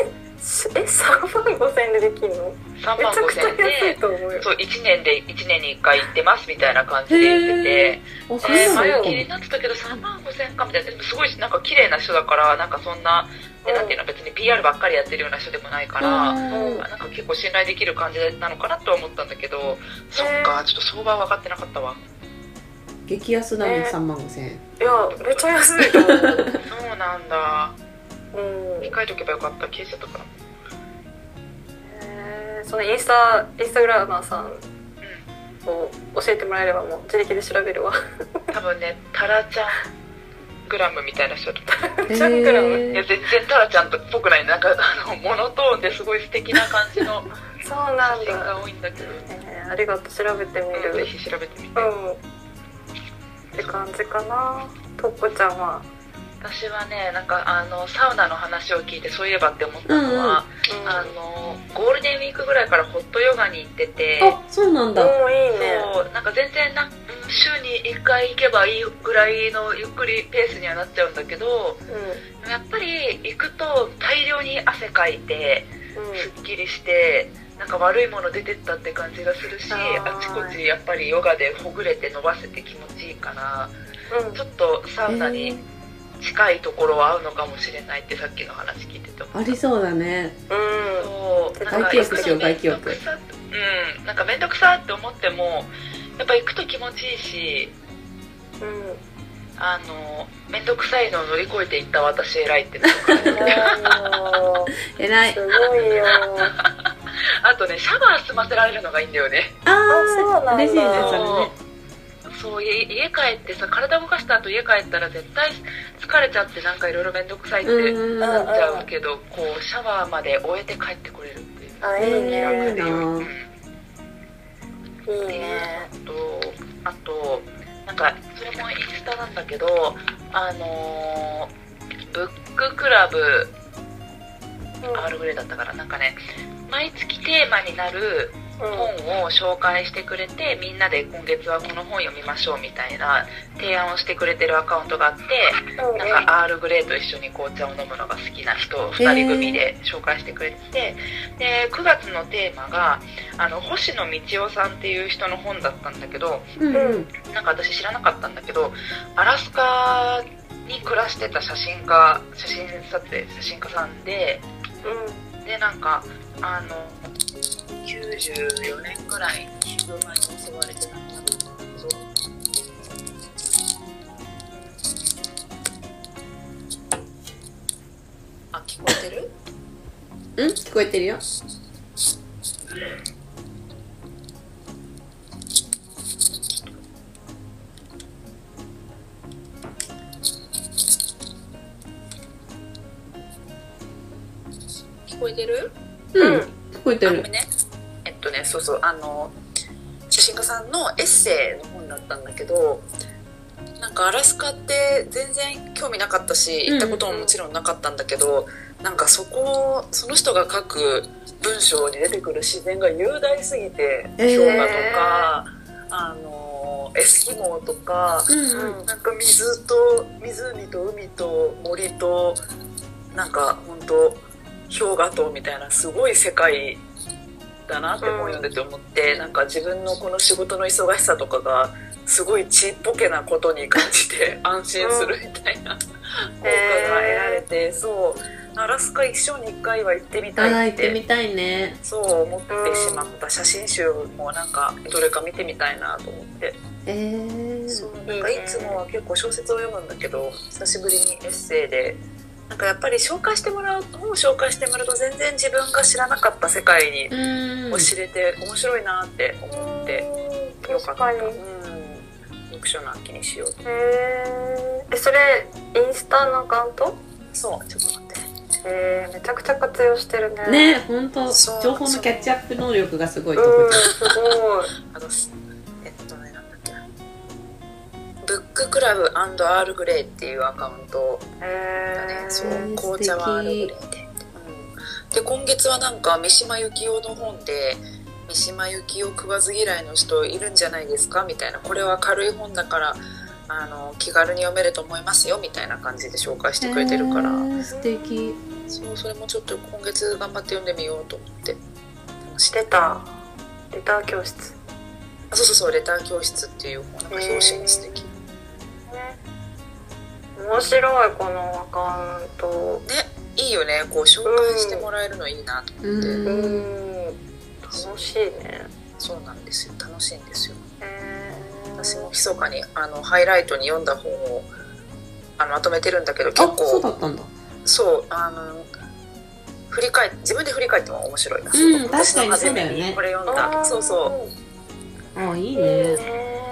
[SPEAKER 2] しえ三3万5千円でできるの
[SPEAKER 1] 3
[SPEAKER 2] め
[SPEAKER 1] 万
[SPEAKER 2] ちゃ
[SPEAKER 1] 5
[SPEAKER 2] くちゃ
[SPEAKER 1] 千円
[SPEAKER 2] 安い
[SPEAKER 1] で
[SPEAKER 2] と思うよ
[SPEAKER 1] そう1年で1年に1回行ってますみたいな感じで言ってて
[SPEAKER 3] おそう
[SPEAKER 1] えー、
[SPEAKER 3] な
[SPEAKER 1] 前
[SPEAKER 3] の
[SPEAKER 1] は気になってたけど3万5千円かみたいなでもすごいなんか綺麗な人だからなんかそんな,、ね
[SPEAKER 2] うん
[SPEAKER 1] なんていうの別に PR ばっかりやってるような人でもないから、
[SPEAKER 3] うん
[SPEAKER 1] なんか結構信頼できる感じなのかなとは思ったんだけど、そっかちょっと相場は分かってなかったわ
[SPEAKER 3] 激安なのに
[SPEAKER 2] ね
[SPEAKER 3] 3万5千円
[SPEAKER 2] いやめっちゃ安いと思
[SPEAKER 1] そうなんだ
[SPEAKER 2] う、うん
[SPEAKER 1] 控えとけばよかった消えちゃったから
[SPEAKER 2] えーそのインスタインスタグラマーさんを教えてもらえればもう自力で調べるわ
[SPEAKER 1] うん多分ねタラちゃんグラムみたいな人だった
[SPEAKER 3] え
[SPEAKER 2] ジャンクラム
[SPEAKER 1] いや全然タラちゃんとっぽくないなんかあのモノトーンですごい素敵な感じの
[SPEAKER 2] そうな
[SPEAKER 1] 写真
[SPEAKER 2] んだ、
[SPEAKER 1] が多いんだけど、
[SPEAKER 2] えーありがとう調べてみ
[SPEAKER 1] ぜ
[SPEAKER 2] る
[SPEAKER 1] ひ調べてみて、
[SPEAKER 2] うんって感じかなとっこちゃんは、
[SPEAKER 1] 私はねなんかあのサウナの話を聞いてそういえばって思ったのは、
[SPEAKER 2] うん、
[SPEAKER 1] あのゴールデンウィークぐらいからホットヨガに行ってて
[SPEAKER 3] あそうなんだ
[SPEAKER 2] もういいね
[SPEAKER 1] そうなんか全然なうん週に1回行けばいいぐらいのゆっくりペースにはなっちゃうんだけど
[SPEAKER 2] う
[SPEAKER 1] やっぱり行くと大量に汗かいて
[SPEAKER 2] んうん
[SPEAKER 1] すっきりしてなんか悪いもの出てったって感じがするし
[SPEAKER 2] あー
[SPEAKER 1] あちこちやっぱりヨガでほぐれて伸ばせて気持ちいいから
[SPEAKER 2] うん
[SPEAKER 1] ちょっとサウナ
[SPEAKER 3] えー
[SPEAKER 1] に近いところは合うのかもしれないってさっきの話聞いてた
[SPEAKER 3] ありそうだね
[SPEAKER 1] そ
[SPEAKER 2] う
[SPEAKER 1] うなんか
[SPEAKER 2] 外気浴しよう
[SPEAKER 1] 行くと
[SPEAKER 3] 外気浴
[SPEAKER 1] 面倒くさうんなんか面倒くさって思ってもやっぱ行くと気持ちいいし
[SPEAKER 2] ん、うん、
[SPEAKER 1] あの面倒くさいのを乗り越えていった私偉いっ てなるから
[SPEAKER 2] も
[SPEAKER 3] 偉
[SPEAKER 2] う
[SPEAKER 3] い
[SPEAKER 2] すごいよ。
[SPEAKER 1] あとねシャワー済ませられるのがいいんだよね
[SPEAKER 3] あ
[SPEAKER 2] そうなん
[SPEAKER 3] あ
[SPEAKER 2] だ
[SPEAKER 3] 嬉しいね
[SPEAKER 2] あ
[SPEAKER 3] それね
[SPEAKER 1] そう家家帰ってさ体動かした後家帰ったら絶対疲れちゃってなんかいろいろ面倒くさいって
[SPEAKER 3] うん
[SPEAKER 1] なっ
[SPEAKER 3] うん
[SPEAKER 2] うん
[SPEAKER 1] ちゃうけどこうシャワーまで終えて帰ってこれるっていう
[SPEAKER 2] あ、いいね。
[SPEAKER 3] いいな
[SPEAKER 2] うんいいね。
[SPEAKER 1] とあとなんかそれもインスタなんだけどあのーブッククラブアールグレイだったからなんかね毎月テーマになる本を紹介してくれてみんなで今月はこの本読みましょうみたいな提案をしてくれてるアカウントがあって
[SPEAKER 2] うん、うん、
[SPEAKER 1] なんかアールグレイと一緒に紅茶を飲むのが好きな人を2人組で紹介してくれててで9月のテーマがあの星野道夫さんっていう人の本だったんだけど
[SPEAKER 3] うんうん
[SPEAKER 1] なんか私知らなかったんだけどアラスカに暮らしてた写真家写真撮影写真家さんででなんかあの94年ぐらいに車に襲われて亡くなったんだけどあ聞こえてる
[SPEAKER 3] うん聞こえてるよ
[SPEAKER 1] 聞こえてる
[SPEAKER 3] うん
[SPEAKER 2] うん
[SPEAKER 3] 聞こえて
[SPEAKER 1] あ
[SPEAKER 3] る
[SPEAKER 1] ごめんねえっとねそうそうあの写真家さんのエッセイの本だったんだけどなんかアラスカって全然興味なかったし
[SPEAKER 3] うん
[SPEAKER 1] 行ったことももちろんなかったんだけど、なんかそこその人が書く文章に出てくる自然が雄大すぎて
[SPEAKER 3] えー
[SPEAKER 1] 氷河とか、あのエスキモーとか、
[SPEAKER 3] うんうん
[SPEAKER 1] なんか水と湖と海と森となんか本当氷河島みたいなすごい世界だなって本読んでて思って、なんか自分のこの仕事の忙しさとかがすごいちっぽけなことに感じて安心するみたいな効果が得られて、そうアラスカ一生に一回は行ってみ
[SPEAKER 3] ああ
[SPEAKER 1] たい
[SPEAKER 3] 行
[SPEAKER 1] っ
[SPEAKER 3] って
[SPEAKER 1] て
[SPEAKER 3] みたいね
[SPEAKER 1] そう思ってしまった写真集もなんかどれか見てみたいなと思って、
[SPEAKER 3] えー、
[SPEAKER 1] そうなんかいつもは結構小説を読むんだけど久しぶりにエッセイでなんかやっぱり紹介してもらう本を紹介してもらうと全然自分が知らなかった世界に
[SPEAKER 3] うん
[SPEAKER 1] を知れて面白いなって思って
[SPEAKER 2] うん
[SPEAKER 1] よかった、
[SPEAKER 2] 確か
[SPEAKER 1] うん、
[SPEAKER 2] に
[SPEAKER 1] 読書の秋にしようと
[SPEAKER 2] へーえそれインスタのアカウント
[SPEAKER 1] そうちょっと待って
[SPEAKER 2] えー、めちゃくちゃ活用してるね
[SPEAKER 3] ね本当
[SPEAKER 1] そう
[SPEAKER 3] 情報のキャッチアップ能力がすごいとこ
[SPEAKER 2] うん
[SPEAKER 3] ちゃん
[SPEAKER 2] すごい
[SPEAKER 1] あのすえっとねなんだっけなブッククラブアールグレイっていうアカウントをだね
[SPEAKER 2] えー、
[SPEAKER 1] そう
[SPEAKER 3] ー
[SPEAKER 1] 紅茶はアールグレイで、うん、で今月はなんか三島由紀夫の本で三島由紀夫食わず嫌いの人いるんじゃないですかみたいなこれは軽い本だからあの気軽に読めると思いますよみたいな感じで紹介してくれてるから、
[SPEAKER 3] えー素敵
[SPEAKER 1] そうそれもちょっと今月頑張って読んでみようと思って楽しい
[SPEAKER 2] 出たレター教室
[SPEAKER 1] あそうそうそう「レター教室」っていう本なんか表紙が素敵ね
[SPEAKER 2] ね面白いこのアカウント
[SPEAKER 1] いいよねこう紹介してもらえるのいいなと思って、
[SPEAKER 3] うん
[SPEAKER 2] うーん楽しいね
[SPEAKER 1] そうなんですよ楽しいんですよ
[SPEAKER 2] えー、
[SPEAKER 1] 私も密かにあのハイライトに読んだ本をあのまとめてるんだけど結
[SPEAKER 3] あ
[SPEAKER 1] 構
[SPEAKER 3] そ
[SPEAKER 1] そ
[SPEAKER 3] う
[SPEAKER 1] う
[SPEAKER 3] だったんだ
[SPEAKER 1] あの振り返自分で振り返っても面白いな、
[SPEAKER 3] うん
[SPEAKER 1] 私の
[SPEAKER 3] 確かにそうだよね
[SPEAKER 1] 初めにこれ読ん
[SPEAKER 2] あ
[SPEAKER 1] だ
[SPEAKER 2] ー
[SPEAKER 1] そうそう
[SPEAKER 3] あいい
[SPEAKER 2] いいね
[SPEAKER 3] ね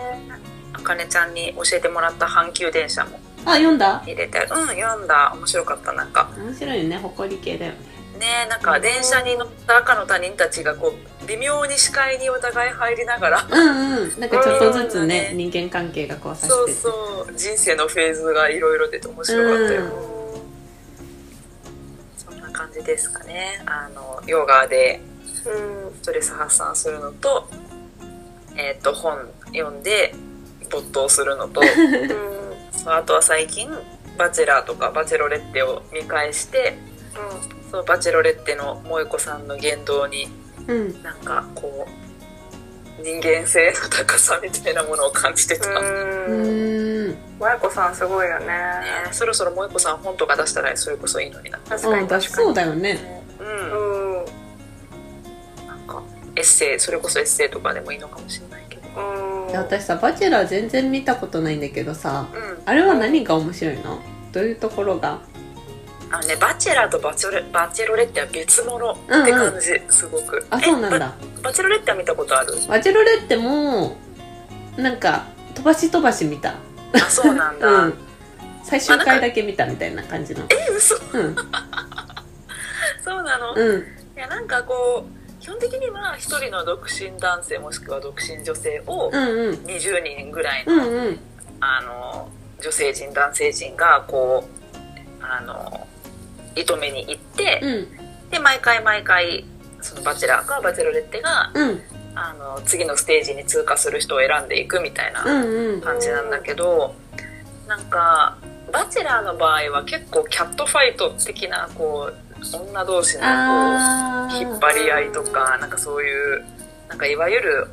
[SPEAKER 1] あかねちゃんに教えてもらった阪急電車も
[SPEAKER 3] あ読んだ
[SPEAKER 1] 入れてあるうん読んだ面白かったなんか
[SPEAKER 3] 面白いよね誇り系だよね
[SPEAKER 1] ねなんか電車に乗った赤の他人たちがこう微妙に視界にお互い入りながら
[SPEAKER 3] うんうんなんかちょっとずつね
[SPEAKER 1] うん
[SPEAKER 3] 人間関係が交差して
[SPEAKER 1] そう
[SPEAKER 3] て
[SPEAKER 1] そう人生のフェーズがいろいろ出て面白かったよ、
[SPEAKER 3] うん
[SPEAKER 1] そんな感じですかねあのヨガで
[SPEAKER 2] うん
[SPEAKER 1] ストレス発散するのと,、えっと本読んで没頭するの と
[SPEAKER 2] うん
[SPEAKER 1] そうあとは最近「バチェラー」とか「バチェロレッテ」を見返してそうバチェロレッテの萌子さんの言動に
[SPEAKER 3] うん
[SPEAKER 1] なんかこう人間性の高さみたいなものを感じてた、ね
[SPEAKER 3] う
[SPEAKER 2] うんうん
[SPEAKER 3] ーん
[SPEAKER 2] まやこさんすごいよね
[SPEAKER 1] そろそろ萌子さん本とか出したらそれこそいいのにな
[SPEAKER 2] 確か
[SPEAKER 3] うん
[SPEAKER 2] に
[SPEAKER 3] だ
[SPEAKER 2] 確か
[SPEAKER 3] そう
[SPEAKER 2] に
[SPEAKER 3] だよね
[SPEAKER 1] うん
[SPEAKER 2] うん
[SPEAKER 1] なんかエッセイそれこそエッセイとかでもいいのかもしれないけど
[SPEAKER 2] うん
[SPEAKER 3] いや私さ「バチェラー」全然見たことないんだけどさ
[SPEAKER 1] うん
[SPEAKER 3] あれは何が面白いのどういうところが
[SPEAKER 1] あのね「バチェラー」とバチェロレ「バチェロレッテ」は別物って
[SPEAKER 3] うんうん
[SPEAKER 1] 感じ、すごく
[SPEAKER 3] あそうなん
[SPEAKER 1] え
[SPEAKER 3] だ
[SPEAKER 1] ババチェロレッテは見たことあ る
[SPEAKER 3] バチェロレッテもなんか飛ばし飛ばし見た
[SPEAKER 1] あそうなんだ、
[SPEAKER 3] うん最終回だけ見たみたいな感じの
[SPEAKER 1] え嘘
[SPEAKER 3] うん
[SPEAKER 1] そうなの、い
[SPEAKER 3] うん
[SPEAKER 1] やなんかこう基本的には一人の独身男性もしくは独身女性を
[SPEAKER 3] うんうん
[SPEAKER 1] 20人ぐらいの,、
[SPEAKER 3] うんうん
[SPEAKER 1] あの女性人男性人がこうあの糸目に行って、
[SPEAKER 3] うん
[SPEAKER 1] で毎回毎回そのバチェラーかバチェロレッテが
[SPEAKER 3] うん
[SPEAKER 1] あの次のステージに通過する人を選んでいくみたいな
[SPEAKER 3] うんうん
[SPEAKER 1] 感じなんだけど、なんか「バチェラー」の場合は結構キャットファイト的なこう女同士のこ
[SPEAKER 3] あ
[SPEAKER 1] う
[SPEAKER 3] ー
[SPEAKER 1] 引っ張り合いとかなんかそういうなんかいわゆる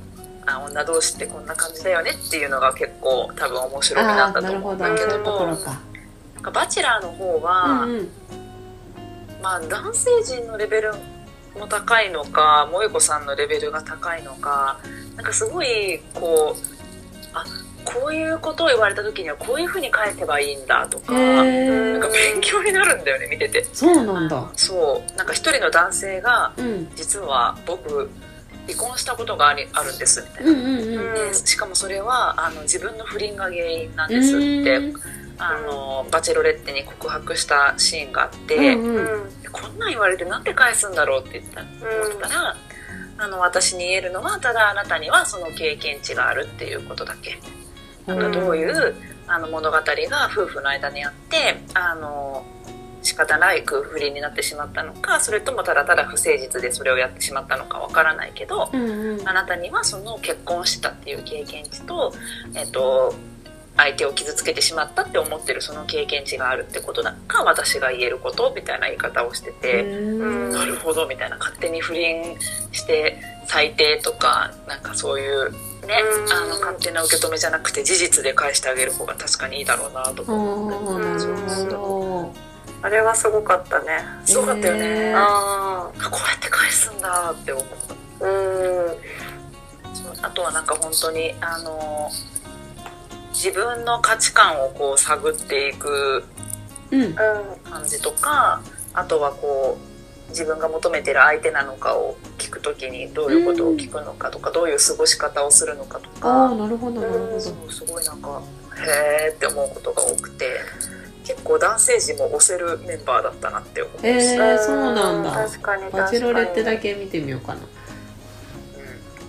[SPEAKER 1] あ女同士ってこんな感じだよねっていうのが結構多分面白みな
[SPEAKER 3] あ
[SPEAKER 1] ん
[SPEAKER 3] ー
[SPEAKER 1] だと
[SPEAKER 3] なる
[SPEAKER 1] 思う
[SPEAKER 3] ほ
[SPEAKER 1] ん
[SPEAKER 3] ど
[SPEAKER 1] だけ
[SPEAKER 3] そうい
[SPEAKER 1] ど
[SPEAKER 3] うところ
[SPEAKER 1] も
[SPEAKER 3] か
[SPEAKER 1] なんかバチェラーの方
[SPEAKER 3] う
[SPEAKER 1] は、
[SPEAKER 3] んうん
[SPEAKER 1] まあ男性陣のレベルも高いのか萌子さんのレベルが高いのかなんかすごいこうあこういうことを言われた時にはこういうふうに返せばいいんだとかなん
[SPEAKER 3] へ
[SPEAKER 1] か
[SPEAKER 3] ー
[SPEAKER 1] 勉強になるんだよね見てて
[SPEAKER 3] そうなんだ
[SPEAKER 1] そうなんか一人の男性が
[SPEAKER 3] うん
[SPEAKER 1] 実は僕離婚したことがありあるんですみたいな
[SPEAKER 3] う、んうんうん
[SPEAKER 1] でしかもそれはあの自分の不倫が原因なんですってあのバチェロレッテに告白したシーンがあって、
[SPEAKER 3] うん
[SPEAKER 2] う
[SPEAKER 3] うん
[SPEAKER 2] ん
[SPEAKER 1] こんなん言われてなんで返すんだろうって言った思ったら、あの私に言えるのはただあなたにはその経験値があるっていうことだけ、なんかどういうあの物語が夫婦の間にあってあのし仕方ない空振りになってしまったのかそれともただただ不誠実でそれをやってしまったのかわからないけど、
[SPEAKER 3] うんうん
[SPEAKER 1] あなたにはその結婚したっていう経験値と,、えっと相手を傷つけてしまったって思ってるその経験値があるってことだか私が言えることみたいな言い方をしてて。
[SPEAKER 3] うん
[SPEAKER 1] なるほどみたいな勝手に不倫して最低とかなんかそういうね
[SPEAKER 2] うん
[SPEAKER 1] あの勝手な受け止めじゃなくて事実で返してあげる方が確かにいいだろうなとか
[SPEAKER 3] ああなるほど
[SPEAKER 2] あれはすごかったね。
[SPEAKER 1] すごかったよね、
[SPEAKER 3] へー
[SPEAKER 1] あ
[SPEAKER 2] あ
[SPEAKER 1] こうやって返すんだって思った
[SPEAKER 2] あ、うん、
[SPEAKER 1] そうあとはなんか本当にあの自分の価値観をこう探っていく
[SPEAKER 3] うん
[SPEAKER 1] 感じとかあとはこう自分が求めてる相手なのかを聞くときにどういうことを聞くのかとか、どういう過ごし方をするのかと
[SPEAKER 3] あ
[SPEAKER 1] か
[SPEAKER 3] あなるほどなるほ
[SPEAKER 1] そうすごいなんかへーって思うことが多くて結構男性陣も押せるメンバーだったなって思いま
[SPEAKER 3] え
[SPEAKER 1] し
[SPEAKER 3] ー
[SPEAKER 1] た、
[SPEAKER 2] うん
[SPEAKER 3] そうなんだ
[SPEAKER 2] 確かに確
[SPEAKER 3] ど
[SPEAKER 2] かに。
[SPEAKER 3] バチェロレッテだけ見てみようかな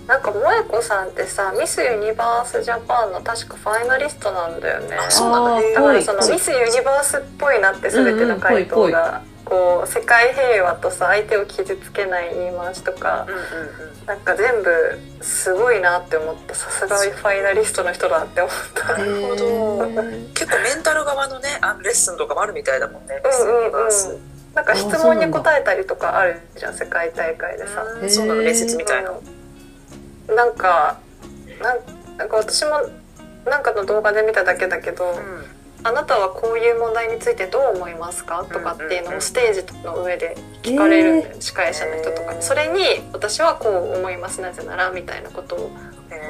[SPEAKER 2] なんか萌子さんってさミスユニバースジャパンの確かファイナリストなんだよね
[SPEAKER 1] あそうなんだ
[SPEAKER 3] あー
[SPEAKER 2] だからそ
[SPEAKER 3] ぽい
[SPEAKER 2] のミスユニバースっぽいなって全ての回答がこう世界平和とさ相手を傷つけない言い回しとか
[SPEAKER 1] うんうんうん
[SPEAKER 2] なんか全部すごいなって思ってさすがファイナリストの人だって思った
[SPEAKER 1] なるほど
[SPEAKER 3] へー
[SPEAKER 1] 結構メンタル側のねあのレッスンとかもあるみたいだもんね
[SPEAKER 2] うんうんうん
[SPEAKER 1] ミスユニバース
[SPEAKER 2] なんか質問に答えたりとかあるじゃん世界大会でさ
[SPEAKER 3] へー
[SPEAKER 1] そうなの面接みたいな
[SPEAKER 2] うんなんかなんなんか私もなんかの動画で見ただけだけど、あなたはこういう問題についてどう思いますかとかっていうのをステージの上で聞かれるんだよ、司会者の人とか
[SPEAKER 1] へー
[SPEAKER 2] にそれに「私はこう思いますなぜなら」みたいなことを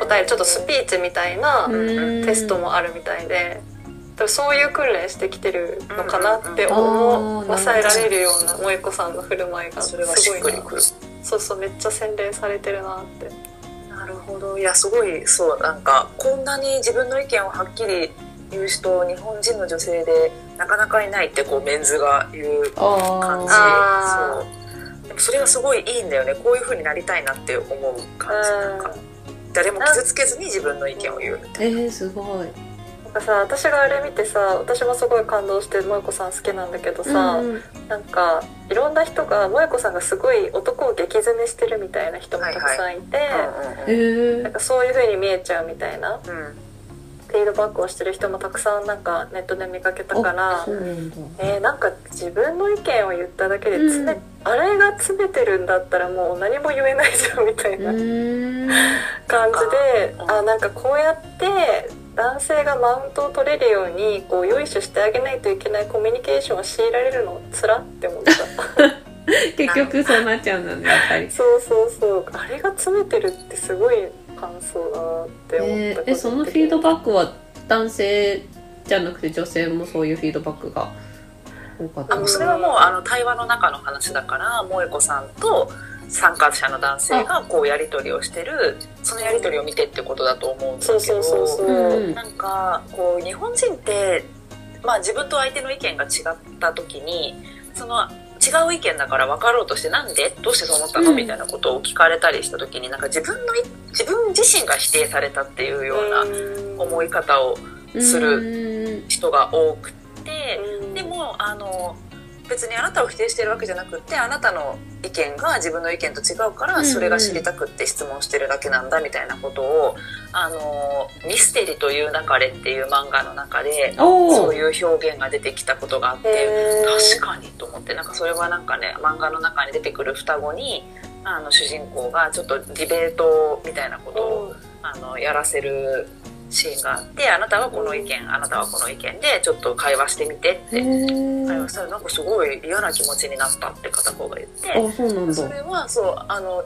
[SPEAKER 2] 答えるちょっとスピーチみたいな
[SPEAKER 3] うん
[SPEAKER 2] テストもあるみたいで。多分そういう訓練してきてるのかなって
[SPEAKER 3] うんうん
[SPEAKER 2] 思う
[SPEAKER 3] あーなるほど
[SPEAKER 2] 抑えられるような萌子さんの振る舞いがす
[SPEAKER 1] そ
[SPEAKER 2] ご
[SPEAKER 1] れはしっく
[SPEAKER 2] い
[SPEAKER 1] り
[SPEAKER 2] な
[SPEAKER 1] くる
[SPEAKER 2] そうそうめっちゃ洗練されてるなって
[SPEAKER 1] なるほどいやすごいそうなんかこんなに自分の意見をはっきり言う人日本人の女性でなかなかいないってこうメンズが言う感じ
[SPEAKER 3] あ
[SPEAKER 2] あ
[SPEAKER 1] そうでもそれがすごいいいんだよねこういう風になりたいなって思う感じなんか誰も傷つけずに自分の意見を言うみ
[SPEAKER 3] ーえー、すごい
[SPEAKER 2] なんかさ私があれ見てさ私もすごい感動して萌子さん好きなんだけどさ、
[SPEAKER 3] うんうん
[SPEAKER 2] なんかいろんな人が萌子さんがすごい男を激詰めしてるみたいな人もたくさんいて、
[SPEAKER 1] たいな
[SPEAKER 3] へ
[SPEAKER 2] なん
[SPEAKER 3] ー
[SPEAKER 2] かそういう風に見えちゃうみたいな
[SPEAKER 1] うんうん
[SPEAKER 2] フィードバックをしてる人もたくさんなんかネットで見かけたか
[SPEAKER 3] あ
[SPEAKER 2] ら
[SPEAKER 3] そ、うなんだ
[SPEAKER 2] えーなんか自分の意見を言っただけで詰め、
[SPEAKER 3] うん
[SPEAKER 2] あれが詰めてるんだったらもう何も言えないじゃんみたいうな
[SPEAKER 3] ーん
[SPEAKER 2] 感じで、
[SPEAKER 1] うん
[SPEAKER 2] あなんかこうやって男性がマウントを取れるようにこう用意してあげないといけないコミュニケーションを強いられるのつらって 思った。
[SPEAKER 3] 結局そうなっちゃうんだねやっぱり
[SPEAKER 2] そうそうそうあれが詰めてるってすごい感想だなって思っ
[SPEAKER 3] え
[SPEAKER 2] た、
[SPEAKER 3] ーえそのフィードバックは男性じゃなくて女性もそういうフィードバックが多かった
[SPEAKER 1] あも
[SPEAKER 3] の
[SPEAKER 2] の
[SPEAKER 1] うそれはもうあの対話の中の話だから萌子さんと参加者の男性がこうやり取りをしてるそのやり取りを見てってことだと思うんだけ
[SPEAKER 2] そ
[SPEAKER 1] ど
[SPEAKER 2] うそうそうそう、
[SPEAKER 3] うん
[SPEAKER 1] なんかこう日本人って、まあ、自分と相手の意見が違った時にその違う意見だから分かろうとしてなんでどうしてそう思ったの
[SPEAKER 3] うん
[SPEAKER 1] みたいなことを聞かれたりした時になんか自分のい自分自身が否定されたっていうような思い方をす
[SPEAKER 3] る
[SPEAKER 1] 人が多くて。
[SPEAKER 2] うん
[SPEAKER 1] でもあの別にあなたを否定してるわけじゃなくってあなたの意見が自分の意見と違うか
[SPEAKER 3] うんう
[SPEAKER 1] ら
[SPEAKER 3] ん
[SPEAKER 1] それが知りたくって質問してるだけなんだみたいなことを「あのミステリという流れ」っていう漫画の中で
[SPEAKER 3] お
[SPEAKER 1] そ
[SPEAKER 3] お
[SPEAKER 1] ういう表現が出てきたことがあって
[SPEAKER 2] へ
[SPEAKER 1] 確かにと思ってなんかそれはなんかね漫画の中に出てくる双子にあの主人公がちょっとディベートみたいなことをあのやらせるシーンがあってあなたはこの意見あなたはこの意見でちょっと会話してみてって会話したらなんかすごい嫌な気持ちになったって片方が言って
[SPEAKER 3] あそうなん
[SPEAKER 1] そ
[SPEAKER 3] だ
[SPEAKER 1] れはそうあの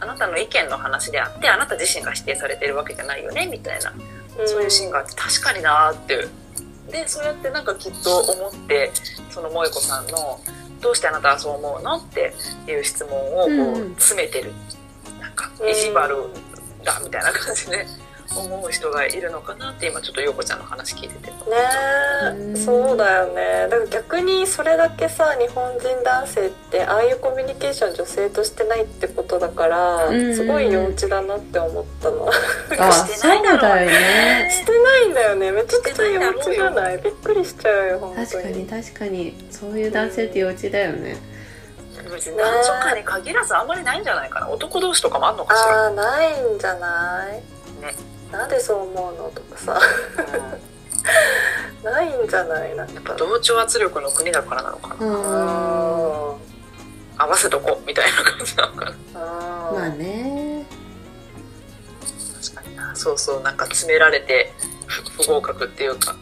[SPEAKER 1] あなたの意見の話であってあなた自身が否定されてるわけじゃないよねみたいなそういうシーンがあって確かになーっていうでそうやってなんかきっと思ってその萌子さんの「どうしてあなたはそう思うの?」っていう質問をこ
[SPEAKER 3] うんう
[SPEAKER 1] うん詰めてる、なんか
[SPEAKER 2] うん
[SPEAKER 1] 意地悪だみたいな感じで思う人がいるのかなって今ちょっと陽子ちゃんの話聞いてて
[SPEAKER 2] ねえそうだよねだから逆にそれだけさ日本人男性ってああいうコミュニケーション女性としてないってことだから、
[SPEAKER 3] うんうん
[SPEAKER 2] すごい幼稚だなって思ったの
[SPEAKER 3] あ
[SPEAKER 1] してないだろ
[SPEAKER 3] そ
[SPEAKER 1] う
[SPEAKER 3] うだよね
[SPEAKER 2] してないんだよねめちゃくちゃ幼稚じゃないびっくりしちゃうよ本当に
[SPEAKER 3] 確かに確かにそういう男性って幼稚だよね
[SPEAKER 1] 別に男女間に限らずあんまりないんじゃないかな男同士とかもあんのかしら
[SPEAKER 2] ああないんじゃない
[SPEAKER 1] ね
[SPEAKER 2] なんでそう思うのとかさ ないんじゃないなん
[SPEAKER 1] やっぱ
[SPEAKER 2] か
[SPEAKER 1] 同調圧力の国だからなのかな
[SPEAKER 3] うんま
[SPEAKER 2] あ
[SPEAKER 1] 合わせとこうみたいな感じなのかな
[SPEAKER 2] ーあ
[SPEAKER 3] あ
[SPEAKER 2] ー
[SPEAKER 3] ね
[SPEAKER 1] 確かになそうそうなんか詰められてふ不合格っていうか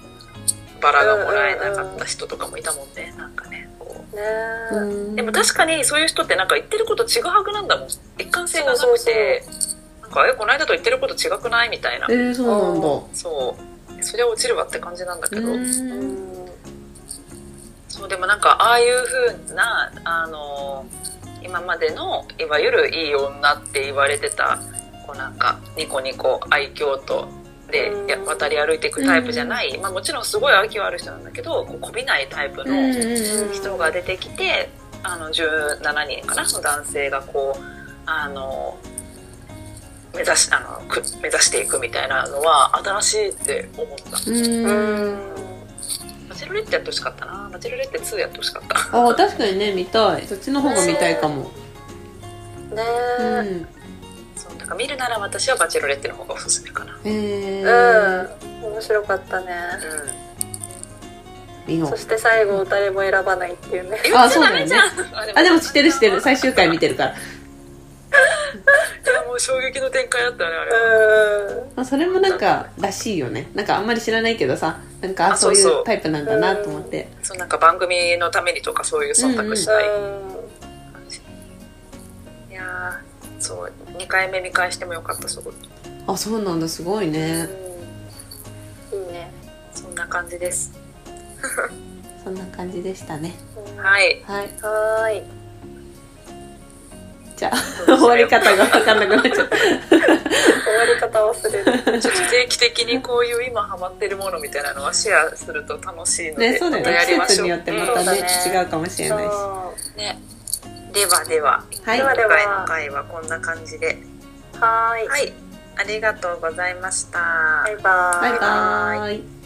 [SPEAKER 1] バラがもらえなかった人とかもいたもんねなんかねこ
[SPEAKER 2] ねえ、
[SPEAKER 3] うん
[SPEAKER 1] うでも確かにそういう人ってなんか言ってること違うはずなんだもん一貫性がなくて
[SPEAKER 2] そうそう
[SPEAKER 1] なんか「えこの間と言ってること違くない?」みたいな、
[SPEAKER 3] えー、そう
[SPEAKER 1] そうそりゃ落ちるわって感じなんだけ
[SPEAKER 3] なん
[SPEAKER 1] ど、
[SPEAKER 2] う
[SPEAKER 3] だ
[SPEAKER 2] ん
[SPEAKER 1] そうでもなんかああいう風なあの今までのいわゆるいい女って言われてたこうなんかニコニコ愛嬌とで
[SPEAKER 2] うん
[SPEAKER 1] や渡り歩いていくタイプじゃない、まあ、もちろんすごい愛嬌ある人なんだけどこうこびないタイプ
[SPEAKER 3] うんうん
[SPEAKER 1] の
[SPEAKER 3] うん
[SPEAKER 1] 人が出てきて、あの17人かなその男性がこうあの目指しあのく目指していくみたいなのは新しいって思った。
[SPEAKER 3] うん
[SPEAKER 2] うん
[SPEAKER 1] バチェロレッテやってほしかったなバチェロレッテ2やってほしかった。
[SPEAKER 3] あー確かにね見たいそっちの方が見たいかも
[SPEAKER 2] ね
[SPEAKER 3] う
[SPEAKER 2] え、うん
[SPEAKER 3] ん
[SPEAKER 1] そうなんか見るなら私はバチェロレッテの方がおすすめかな。
[SPEAKER 3] えー、
[SPEAKER 2] 面白かったね
[SPEAKER 1] う
[SPEAKER 3] 見よ
[SPEAKER 2] そうして最後誰も選ばないっていうね
[SPEAKER 1] ん。
[SPEAKER 3] あそうだよね
[SPEAKER 1] あで
[SPEAKER 3] あでも知ってる知ってる最終回見てるから
[SPEAKER 1] いやもう衝撃の展開だったよねあれは。
[SPEAKER 2] うん
[SPEAKER 3] まあ、それもなんからしいよねなんかあんまり知らないけどさなんかあ
[SPEAKER 1] あ
[SPEAKER 3] そうい
[SPEAKER 1] そうそうう
[SPEAKER 3] タイプなんだなと思って
[SPEAKER 1] そうなんか番組のためにとかそういう忖度しない
[SPEAKER 2] うん
[SPEAKER 1] 感じ。いやーそう二回目見返してもよかったすごい。
[SPEAKER 3] あそうなんだすごいね
[SPEAKER 2] いいね
[SPEAKER 1] そんな感じです。
[SPEAKER 3] そんな感じでしたね
[SPEAKER 1] はい。
[SPEAKER 3] はい
[SPEAKER 2] はーい
[SPEAKER 3] じゃあ 終わり方が分かんなくなっちゃった
[SPEAKER 2] 終わり方忘れる
[SPEAKER 1] ちょっと定期的にこういう今ハマってるものみたいなのはシェアすると楽しいので、
[SPEAKER 3] ねそうだよ
[SPEAKER 1] またやり
[SPEAKER 3] ね
[SPEAKER 1] ま
[SPEAKER 3] 季
[SPEAKER 1] し
[SPEAKER 3] 節
[SPEAKER 1] ょう。
[SPEAKER 3] によってま
[SPEAKER 2] そう
[SPEAKER 3] た
[SPEAKER 2] だ
[SPEAKER 3] ね
[SPEAKER 2] ね
[SPEAKER 3] 違うかもしれないし
[SPEAKER 2] そう
[SPEAKER 1] うんね。ではでは、
[SPEAKER 3] はい
[SPEAKER 2] では
[SPEAKER 1] 今回の回はこんな感じで。
[SPEAKER 2] はーい
[SPEAKER 1] はい、ありがとうございました。
[SPEAKER 2] バイバー
[SPEAKER 3] バイバーイ